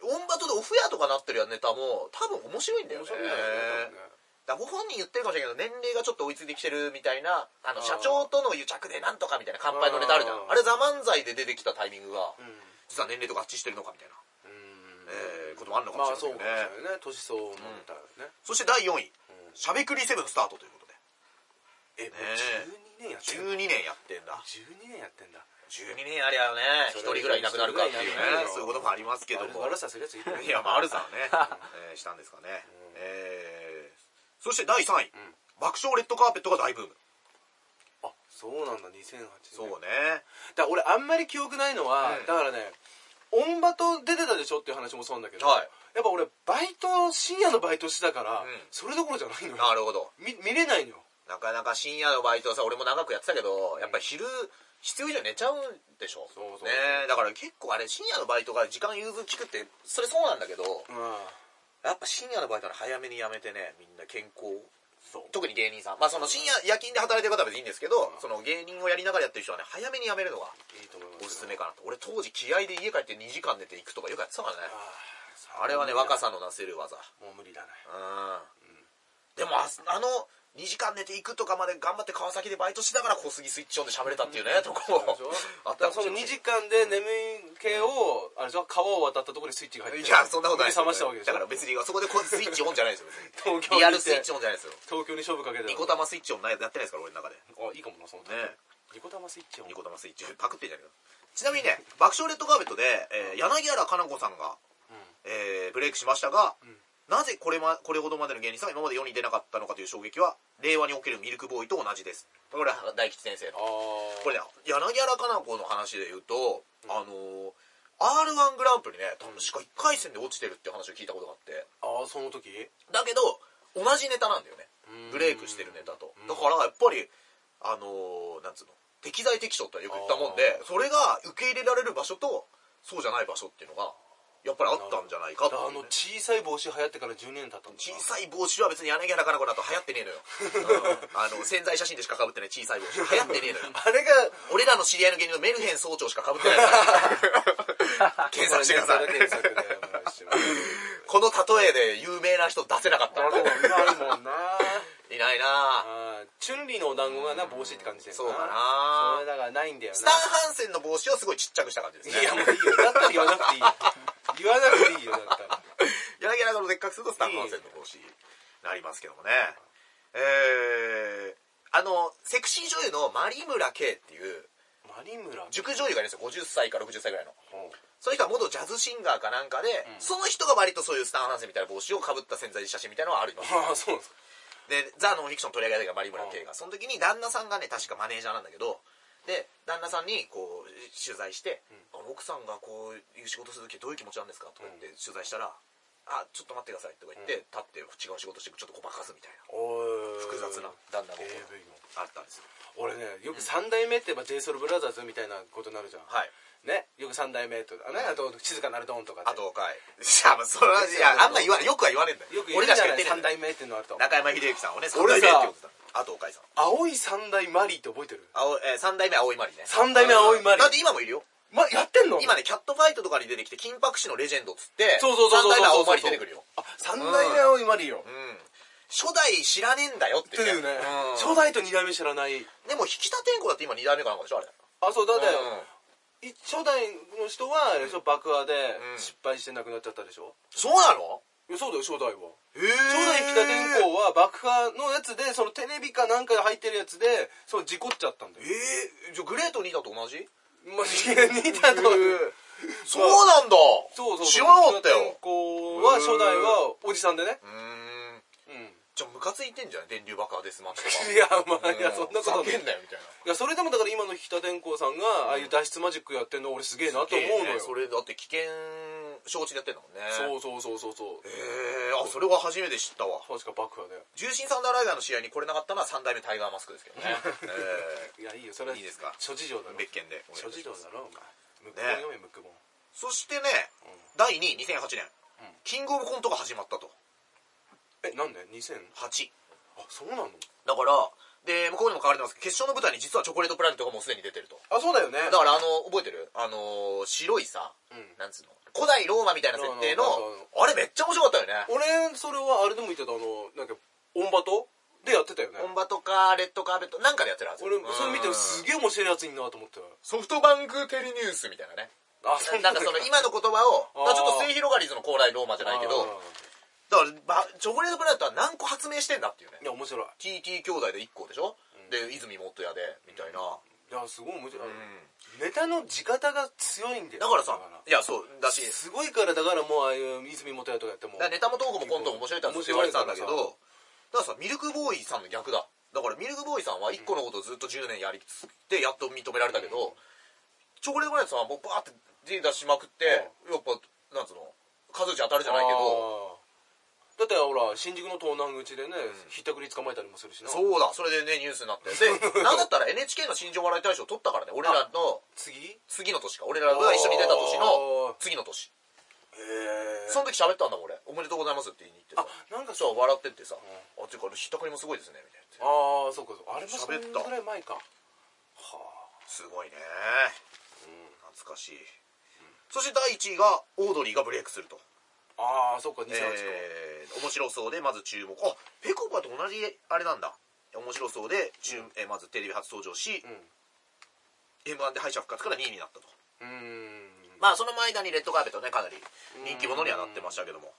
[SPEAKER 1] ンバトでオフやとかなってるやネタも多分面白いんだよ
[SPEAKER 2] 面
[SPEAKER 1] ね
[SPEAKER 2] 白いんだよね多分ね
[SPEAKER 1] だからご本人言ってるかもしれないけど年齢がちょっと追いついてきてるみたいなあの
[SPEAKER 2] あー
[SPEAKER 1] 社長との癒着でなんとかみたいな乾杯のネタあるじゃん
[SPEAKER 2] あ
[SPEAKER 1] あ
[SPEAKER 2] ー
[SPEAKER 1] れ「ザ漫才で出てきたタイミングが、
[SPEAKER 2] うん
[SPEAKER 1] 実は年齢と合致してるのかみたいな、
[SPEAKER 2] うん
[SPEAKER 1] えーこともあるのか
[SPEAKER 2] ま
[SPEAKER 1] も
[SPEAKER 2] あ
[SPEAKER 1] しれ
[SPEAKER 2] そう
[SPEAKER 1] ない
[SPEAKER 2] か
[SPEAKER 1] け
[SPEAKER 2] もし
[SPEAKER 1] ど
[SPEAKER 2] れ
[SPEAKER 1] ね、
[SPEAKER 2] ないね年相応の歌よね
[SPEAKER 1] そして第4位「
[SPEAKER 2] うん
[SPEAKER 1] しゃべくりセブンスタートということで
[SPEAKER 2] えもう12年やってんだ
[SPEAKER 1] 12年やってんだ
[SPEAKER 2] 12
[SPEAKER 1] 12
[SPEAKER 2] 年やってんだ
[SPEAKER 1] 年ありゃね一
[SPEAKER 2] それ
[SPEAKER 1] 人ぐらいいなくなるかっていうねそ
[SPEAKER 2] そ
[SPEAKER 1] いう
[SPEAKER 2] ううい
[SPEAKER 1] こ
[SPEAKER 2] うこと
[SPEAKER 1] もありますけど
[SPEAKER 2] 悪
[SPEAKER 1] も
[SPEAKER 2] 悪さするやついるよね
[SPEAKER 1] いやまああるさ はね、えーしたんですかね、えーそして第3位、
[SPEAKER 2] ん
[SPEAKER 1] 爆笑レッドカーペットが大ブーム
[SPEAKER 2] あそうなんだ2008年
[SPEAKER 1] そうね
[SPEAKER 2] だから俺あんまり記憶ないのは、
[SPEAKER 1] うん
[SPEAKER 2] だからねオンバト出てたでしょっていう話もそうなんだけど、
[SPEAKER 1] はい
[SPEAKER 2] やっぱ俺バイト深夜のバイトしてたから、
[SPEAKER 1] ん
[SPEAKER 2] それどころじゃないのよ
[SPEAKER 1] なるほど
[SPEAKER 2] み見れないのよ
[SPEAKER 1] なかなか深夜のバイトはさ俺も長くやってたけどやっぱ昼必要以上寝ちゃうんでしょ
[SPEAKER 2] そうそう
[SPEAKER 1] ねえだから結構あれ深夜のバイトが時間融通聞くってそれそうなんだけどやっぱ深夜のバイトは早めにやめてねみんな健康を
[SPEAKER 2] そう
[SPEAKER 1] 特に芸人さんまあその深夜夜勤で働いてる方は別にいいんですけどその芸人をやりながらやってる人はね早めにやめるのが
[SPEAKER 2] いいと思います
[SPEAKER 1] おすすめかなと俺当時気合で家帰って2時間寝て行くとかよくやってたからね
[SPEAKER 2] あー
[SPEAKER 1] あれはね
[SPEAKER 2] もう
[SPEAKER 1] 若さのなせる技う
[SPEAKER 2] もう無理だね
[SPEAKER 1] んでもああの2時間寝て行くとかまで頑張って川崎でバイトしてたから小杉スイッチオンで喋れたっていうねとこも
[SPEAKER 2] でしょ
[SPEAKER 1] あっ
[SPEAKER 2] だ
[SPEAKER 1] た
[SPEAKER 2] からその2時間で眠い系を、あれでしょ川を渡ったところにスイッチが入って
[SPEAKER 1] いやそんなことない
[SPEAKER 2] 目覚ましたわけでしょ
[SPEAKER 1] だから別にそこでこうスイッチオンじゃないですよ別に
[SPEAKER 2] 東京に行
[SPEAKER 1] リアル
[SPEAKER 2] って
[SPEAKER 1] スイッチオンじゃないですよ
[SPEAKER 2] 東京に勝負かけて
[SPEAKER 1] ニコ玉スイッチオンないやってないですから俺の中で
[SPEAKER 2] あいいかもなその
[SPEAKER 1] ね
[SPEAKER 2] ニコ玉スイッチを
[SPEAKER 1] ニコ玉スイッチパクってんじゃねえかちなみにね爆笑レッドカーペットで、えー柳原加奈子さんが、えーブレイクしましたが、なぜこれ,、ま、これほどまでの芸人さんは今まで世に出なかったのかという衝撃は令和におけるミルクボーイと同じですこれは大吉先生の
[SPEAKER 2] ああ
[SPEAKER 1] これね柳原加奈子の話で言うと、あの r 1グランプリね確か1回戦で落ちてるっていう話を聞いたことがあって
[SPEAKER 2] ああその時
[SPEAKER 1] だけど同じネタなんだよね
[SPEAKER 2] う
[SPEAKER 1] ブ
[SPEAKER 2] ん
[SPEAKER 1] レイクしてるネタと
[SPEAKER 2] うん
[SPEAKER 1] だからやっぱりあのーなんつうの適材適所ってよく言ったもんでそれが受け入れられる場所とそうじゃない場所っていうのがやっぱりあったんじゃないかってい
[SPEAKER 2] だあ
[SPEAKER 1] う
[SPEAKER 2] の
[SPEAKER 1] ね
[SPEAKER 2] 小さい帽子流行ってから12年経ったんだな
[SPEAKER 1] 小さい帽子は別に柳原かな子だと流行ってねえのようん あの潜在写真でしかかぶってない小さい帽子流行ってねえのよ
[SPEAKER 2] あれが
[SPEAKER 1] 俺らの知り合いの芸人のメルヘン総長しかかぶってないか ら検索してください
[SPEAKER 2] これね検索でお願 いします
[SPEAKER 1] この例えで有名な人出せなかった
[SPEAKER 2] あでもないもんな
[SPEAKER 1] ないないな
[SPEAKER 2] あーチュンリーのお団子がな帽子って感じだよ
[SPEAKER 1] そ
[SPEAKER 2] な
[SPEAKER 1] うだな
[SPEAKER 2] それだからないんだよな
[SPEAKER 1] スタン・ハンセンの帽子をすごいちっちゃくした感じですね
[SPEAKER 2] いやもういいよだったら言わなくていいよ言わなくていいよだったら
[SPEAKER 1] 柳原のでっかくするとスタン・ハンセンの帽子になりますけどもねえー、あのセクシー女優のマリムラ・ケイっていう
[SPEAKER 2] マリムラ
[SPEAKER 1] 塾女優がいるんですよ50歳か60歳ぐらいの
[SPEAKER 2] ほう
[SPEAKER 1] その人は元ジャズシンガーかなんかで、その人が割とそういうスタン・ハンセンみたいな帽子をかぶった潜在写真みたいなのはあるんです
[SPEAKER 2] ああそうなんで
[SPEAKER 1] で
[SPEAKER 2] すか
[SPEAKER 1] ザ・ノンフィクション取り上げた時がマリムラ・ケイがその時に旦那さんがね確かマネージャーなんだけどで旦那さんにこう取材して、あの奥さんがこういう仕事する時どういう気持ちなんですか?」とか言って取材したら「あちょっと待ってください」とか言って、立って違う仕事してちょっとごまかすみたいな
[SPEAKER 2] おー
[SPEAKER 1] 複雑な旦那が
[SPEAKER 2] AV の
[SPEAKER 1] あったんですよ
[SPEAKER 2] 俺ねよく三代目って言えば j s o u l b r o t h e r みたいなことになるじゃん
[SPEAKER 1] はい
[SPEAKER 2] ねよく三代目とかねあと静かなるドンとかっ
[SPEAKER 1] あ
[SPEAKER 2] て
[SPEAKER 1] とかいやまあそれはいやあんま言わないよくは言わねえんだよ
[SPEAKER 2] よく言う
[SPEAKER 1] 俺
[SPEAKER 2] じゃ
[SPEAKER 1] らし
[SPEAKER 2] な
[SPEAKER 1] か言ってねえんだ
[SPEAKER 2] い三
[SPEAKER 1] よ
[SPEAKER 2] 代目っていうのあると
[SPEAKER 1] 中山秀幸さんをね三代目
[SPEAKER 2] 俺
[SPEAKER 1] って
[SPEAKER 2] さ
[SPEAKER 1] 言ってたあとおかいさん
[SPEAKER 2] 青い三代マリーって覚えてる
[SPEAKER 1] 青、えー、三代目青いマリね
[SPEAKER 2] 三代目青いマリ
[SPEAKER 1] だって今もいるよ
[SPEAKER 2] ま、やってんの
[SPEAKER 1] 今ね、キャットファイトとかに出てきて、金箔師のレジェンドっつって、
[SPEAKER 2] そうそうそうそう
[SPEAKER 1] 三代目青
[SPEAKER 2] そう
[SPEAKER 1] 森出てくるよ。
[SPEAKER 2] あ、三代目青いマリ
[SPEAKER 1] うん。
[SPEAKER 2] オ。
[SPEAKER 1] 初代知らねえんだよって
[SPEAKER 2] というね。初代と二代目知らない。
[SPEAKER 1] でも、引田天功だって今2代目かなんかでしょ、あれ。
[SPEAKER 2] あ、そう、だって、
[SPEAKER 1] うん
[SPEAKER 2] い初代の人は、あれでしょ爆破で
[SPEAKER 1] ん
[SPEAKER 2] 失敗して亡くなっちゃったでしょ
[SPEAKER 1] そうなの
[SPEAKER 2] いやそうだよ、初代は。
[SPEAKER 1] へえ。
[SPEAKER 2] 初代北天功は爆破のやつで、そのテレビかなんかで入ってるやつで、その事故っちゃったんだよ。
[SPEAKER 1] えー、じゃあグレート2だと同じ
[SPEAKER 2] まあ、似たと。
[SPEAKER 1] そうなんだ
[SPEAKER 2] そうそうそう。
[SPEAKER 1] 知らなかったよ。
[SPEAKER 2] 北天功は、初代はおじさんでね
[SPEAKER 1] う。ーん。
[SPEAKER 2] うん。
[SPEAKER 1] じゃあムカついてんじゃない電流爆破デスマッチとか。
[SPEAKER 2] いや、ま あ、いや、
[SPEAKER 1] う
[SPEAKER 2] そんなことは
[SPEAKER 1] ふざけんなよ、みたいな。
[SPEAKER 2] いやそれでもだから今の日田天功さんがああいう脱出マジックやってんの俺すげえなと思うのよ
[SPEAKER 1] それだって危険承知でやってんだもんね。
[SPEAKER 2] そうそうそうそうそう
[SPEAKER 1] へえ、あ、それは初めて知ったわ。
[SPEAKER 2] 確か爆破だよ
[SPEAKER 1] 重心サンダーライダーの試合に来れなかったのは3代目タイガーマスクですけどね。
[SPEAKER 2] いやいいよそれはい
[SPEAKER 1] いですか
[SPEAKER 2] 諸事情
[SPEAKER 1] え
[SPEAKER 2] だろ
[SPEAKER 1] ー別件で。
[SPEAKER 2] 諸事情だろお前ムック
[SPEAKER 1] ね
[SPEAKER 2] ボン読めムックボン
[SPEAKER 1] そしてね、第2位、2008年、キングオブコントが始まったと。
[SPEAKER 2] えなんで2000
[SPEAKER 1] 8。
[SPEAKER 2] あそうなの
[SPEAKER 1] だから、で、向こうにも書かれてますけど、決勝の舞台に実はチョコレートプラネットがもうすでに出てると。
[SPEAKER 2] あそうだよ
[SPEAKER 1] だ
[SPEAKER 2] ね
[SPEAKER 1] からあの、覚えてるあの、白いさ、
[SPEAKER 2] うん
[SPEAKER 1] なんつうの古代ローマみたいな設定の
[SPEAKER 2] う
[SPEAKER 1] あ
[SPEAKER 2] んうんうん、
[SPEAKER 1] れめっちゃ面白かったよね。
[SPEAKER 2] 俺それはあれでも言ってたあのなんかオンバトでやってたよね
[SPEAKER 1] 本場とか、レッドカーペット、なんかでやってるはず。
[SPEAKER 2] 俺それ見て
[SPEAKER 1] うん
[SPEAKER 2] すげえ面白いやついんなと思って
[SPEAKER 1] ソフトバンクテレニュースみたいなね。
[SPEAKER 2] あそ
[SPEAKER 1] なんかその今の言葉を、
[SPEAKER 2] あ
[SPEAKER 1] だか
[SPEAKER 2] ー
[SPEAKER 1] らちょっと末広がりずの高麗ローマじゃないけ
[SPEAKER 2] あ
[SPEAKER 1] ど、だから、ばチョコレートプラネットは何個発明してんだっていう
[SPEAKER 2] ーい
[SPEAKER 1] ね。
[SPEAKER 2] や面白い
[SPEAKER 1] TT 兄弟で1個でしょで、泉元屋で、みたいな。
[SPEAKER 2] いやすごい面白い
[SPEAKER 1] うん
[SPEAKER 2] ネタの地方が強いんだよ
[SPEAKER 1] だからさ、いや、そう、だし、
[SPEAKER 2] すごいからだからもうああいう泉元屋とかやっても
[SPEAKER 1] だからネタもトークもコントも面白いって話って言われてたんだけどだ
[SPEAKER 2] 面
[SPEAKER 1] からさミルクボーイさんの逆だだからミルクボーイさんは1個のことをずっと10年やりつってやっと認められたけど、チョコレートプラネットさんはもうバーって手出しまくって、やっぱなんつうの数値当たるじゃないけど
[SPEAKER 2] あーだってほら新宿の東南口でね、ひったくり捕まえたりもするしな
[SPEAKER 1] そうだそれでねニュースになってでなんだったら NHK の新庄笑い大賞取ったからね俺らの
[SPEAKER 2] 次
[SPEAKER 1] 次の年か俺らが一緒に出た年
[SPEAKER 2] あ
[SPEAKER 1] の
[SPEAKER 2] ー
[SPEAKER 1] 次の年
[SPEAKER 2] へえ
[SPEAKER 1] その時喋ったんだもん俺おめでとうございますって言いに行ってさ
[SPEAKER 2] あなんか
[SPEAKER 1] そう笑ってってさ、あっていうかあのひったくりもすごいですねみたいな
[SPEAKER 2] ああそうかそうかあれもそ
[SPEAKER 1] 喋
[SPEAKER 2] れ
[SPEAKER 1] った
[SPEAKER 2] ぐらい前かは
[SPEAKER 1] すごいね、懐かしい、そして第1位がオードリーがブレイクすると、
[SPEAKER 2] ああーそうか2008か、
[SPEAKER 1] えー面白そうでまず注目あぺこぱと同じあれなんだ面白そうで、注えーまずテレビ初登場し、m 1で敗者復活から2位になったと
[SPEAKER 2] うんうーん
[SPEAKER 1] まあその間にレッドカーペットねかなり人気者にはなってましたけども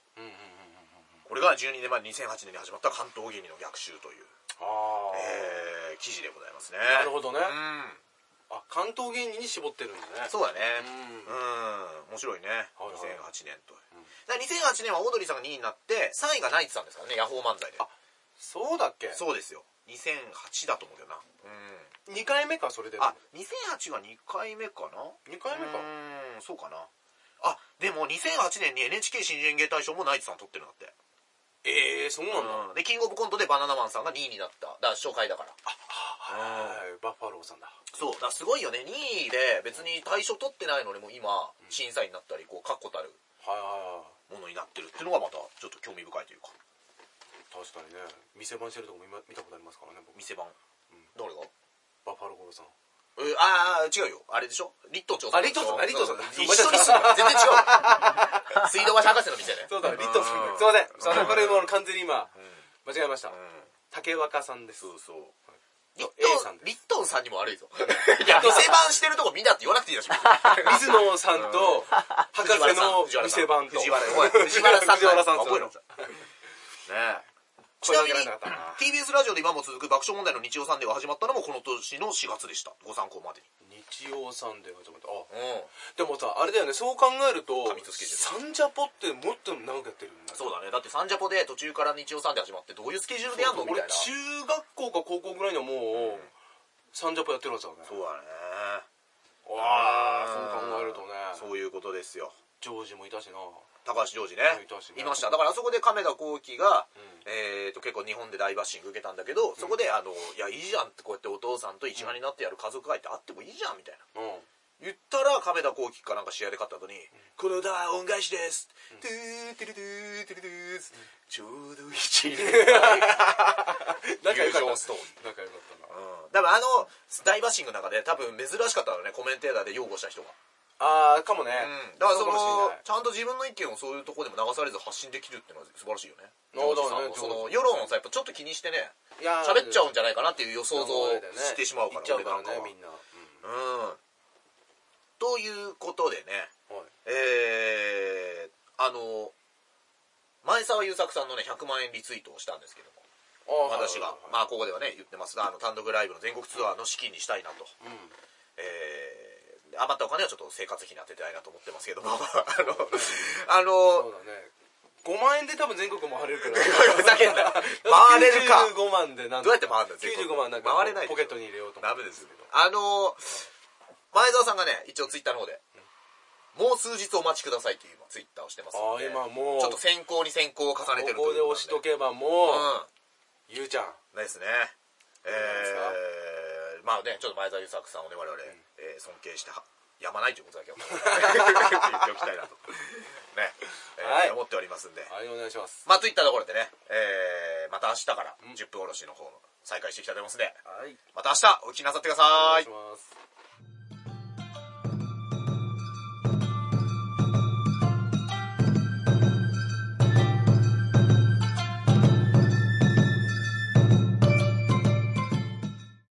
[SPEAKER 1] これが12年前2008年に始まった関東芸人の逆襲という、
[SPEAKER 2] ああ、
[SPEAKER 1] えー記事でございますね
[SPEAKER 2] なるほどね
[SPEAKER 1] うん
[SPEAKER 2] あ関東芸人に絞ってるんだね
[SPEAKER 1] そうだね
[SPEAKER 2] う
[SPEAKER 1] うん面白いね
[SPEAKER 2] はい
[SPEAKER 1] 2008年とだから2008年はオードリーさんが2位になって3位がナイツさんですからねヤホー漫才で
[SPEAKER 2] あそうだっけ
[SPEAKER 1] そうですよ2008だと思うけどなうん
[SPEAKER 2] 2回目かそれで
[SPEAKER 1] あ2008が2回目かな
[SPEAKER 2] 2回目か
[SPEAKER 1] うんそうかなあでも2008年に NHK 新人芸大賞もナイツさん取ってるんだって
[SPEAKER 2] ええー、そう
[SPEAKER 1] う
[SPEAKER 2] なんだ、
[SPEAKER 1] んでキングオブコントでバナナマンさんが2位になっただから初回だから
[SPEAKER 2] はいバッファローさんだ
[SPEAKER 1] そうだからすごいよね2位で別に大賞取ってないのにもう今審査員になったりこう確固たる
[SPEAKER 2] はいは
[SPEAKER 1] も
[SPEAKER 2] いはい
[SPEAKER 1] のになってるっていうのがまたちょっと興味深いというか
[SPEAKER 2] 確かにね店番してるとこも今見たことありますからね僕
[SPEAKER 1] 店番、誰が
[SPEAKER 2] バッファローゴロさん
[SPEAKER 1] えーああ違うよあれでしょリットン長さん
[SPEAKER 2] あリットンさんだリットンさんだ
[SPEAKER 1] 一緒にするから全然違う 水道橋博士の店ね
[SPEAKER 2] そうだリットンさん
[SPEAKER 1] うん
[SPEAKER 2] すいませんすいませんこれもう完全に今間違えまし
[SPEAKER 1] うん
[SPEAKER 2] た竹若さんです
[SPEAKER 1] そうそうリッ
[SPEAKER 2] A
[SPEAKER 1] ト
[SPEAKER 2] さん
[SPEAKER 1] ン
[SPEAKER 2] です
[SPEAKER 1] リットンさんにも悪いぞいや店番してるとこ見なって言わなくていい だし
[SPEAKER 2] 水野さんと博士の店番と
[SPEAKER 1] 藤原さん藤原さん
[SPEAKER 2] 藤原さん
[SPEAKER 1] 覚えろねえちなみに
[SPEAKER 2] 声かけられなかったな
[SPEAKER 1] TBS ラジオで今も続く爆笑問題の日曜サンデーが始まったのもこの年の4月でしたご参考まで
[SPEAKER 2] 日曜サンデーがちょっと待ってあ
[SPEAKER 1] にうん
[SPEAKER 2] でもさあれだよねそう考えると
[SPEAKER 1] 過密スケジュ
[SPEAKER 2] サンジャポってもっと長くやってるんだ
[SPEAKER 1] そうだね。だってサンジャポで途中から日曜サンデー始まってどういうスケジュールでやんのみ
[SPEAKER 2] 俺
[SPEAKER 1] たい
[SPEAKER 2] 中
[SPEAKER 1] な。
[SPEAKER 2] 学校か高校ぐらいにはもうサンジャポやってるはずだね
[SPEAKER 1] うだね。
[SPEAKER 2] ああ
[SPEAKER 1] うん
[SPEAKER 2] そう考えるとね
[SPEAKER 1] そういうことですよ。
[SPEAKER 2] ジョージもいたしな
[SPEAKER 1] 高橋ジョージね
[SPEAKER 2] いたし。ね
[SPEAKER 1] いました。だからあそこで亀田光輝が、えっと結構日本で大バッシング受けたんだけど、そこであの、いやいいじゃんってこうやってお父さんと一丸になってやる家族愛ってあってもいいじゃんみたいな。
[SPEAKER 2] うん
[SPEAKER 1] 言ったら亀田光輝かなんか試合で勝った後に「この歌は恩返しです」トゥーテルドゥーテルドゥーズちょうど一年
[SPEAKER 2] 仲良かった
[SPEAKER 1] 友情ストーリー
[SPEAKER 2] 仲良かったな
[SPEAKER 1] うんだからあの大バッシングの中で多分珍しかったのねコメンテーターで擁護した人が
[SPEAKER 2] ああかもね、
[SPEAKER 1] うん、だからその
[SPEAKER 2] う
[SPEAKER 1] ちゃんと自分の意見をそういうところでも流されず発信できるっていうのは素晴らしいよね
[SPEAKER 2] なるほど
[SPEAKER 1] ジョー
[SPEAKER 2] ね
[SPEAKER 1] ジさんもその世論をさやっぱちょっと気にしてね
[SPEAKER 2] いやー
[SPEAKER 1] 喋っちゃうんじゃないかなっていう予想像を
[SPEAKER 2] そうだよね
[SPEAKER 1] してしまうから
[SPEAKER 2] 言っちゃう
[SPEAKER 1] 俺
[SPEAKER 2] か
[SPEAKER 1] な
[SPEAKER 2] ら
[SPEAKER 1] んかは
[SPEAKER 2] ねみんな、うん
[SPEAKER 1] うんということでね
[SPEAKER 2] はい
[SPEAKER 1] えー、あの前澤友作さんのね100万円リツイートをしたんですけども
[SPEAKER 2] あー
[SPEAKER 1] 私が
[SPEAKER 2] はいはいはい
[SPEAKER 1] まあここではね言ってますがあの単独ライブの全国ツアーの資金にしたいなと
[SPEAKER 2] うん
[SPEAKER 1] えー余ったお金はちょっと生活費に当てたいなと思ってますけども あのあ
[SPEAKER 2] そうだね5万円で多分全国回れるから
[SPEAKER 1] の ふざけん な回れるか
[SPEAKER 2] 95万でなん
[SPEAKER 1] どうやって回るんだ全国
[SPEAKER 2] 95万なんか
[SPEAKER 1] 回れないでしょ
[SPEAKER 2] ポケットに入れようと思
[SPEAKER 1] ダメですよあの前澤さんがね一応ツイッターの方でもう数日お待ちくださいっていう今ツイッターをしてますので
[SPEAKER 2] あー今もう
[SPEAKER 1] ちょっと選考に選考を重ねてる
[SPEAKER 2] ここで押しと
[SPEAKER 1] け
[SPEAKER 2] けば
[SPEAKER 1] う
[SPEAKER 2] もう、
[SPEAKER 1] ん
[SPEAKER 2] ゆうちゃん
[SPEAKER 1] ないですね
[SPEAKER 2] なんですか
[SPEAKER 1] えー、まあねちょっと前澤友作さんをね我々、えー尊敬してはやまないということ だけは言っておきたいなとね、えー
[SPEAKER 2] はい
[SPEAKER 1] 思っておりますんで
[SPEAKER 2] はいお願いします
[SPEAKER 1] まあといったところでね、えー、また明日から10分おろしの方の再開していきたいと思いますんで
[SPEAKER 2] はい
[SPEAKER 1] また明日お聞きなさってくださ
[SPEAKER 2] お願い
[SPEAKER 1] い
[SPEAKER 2] します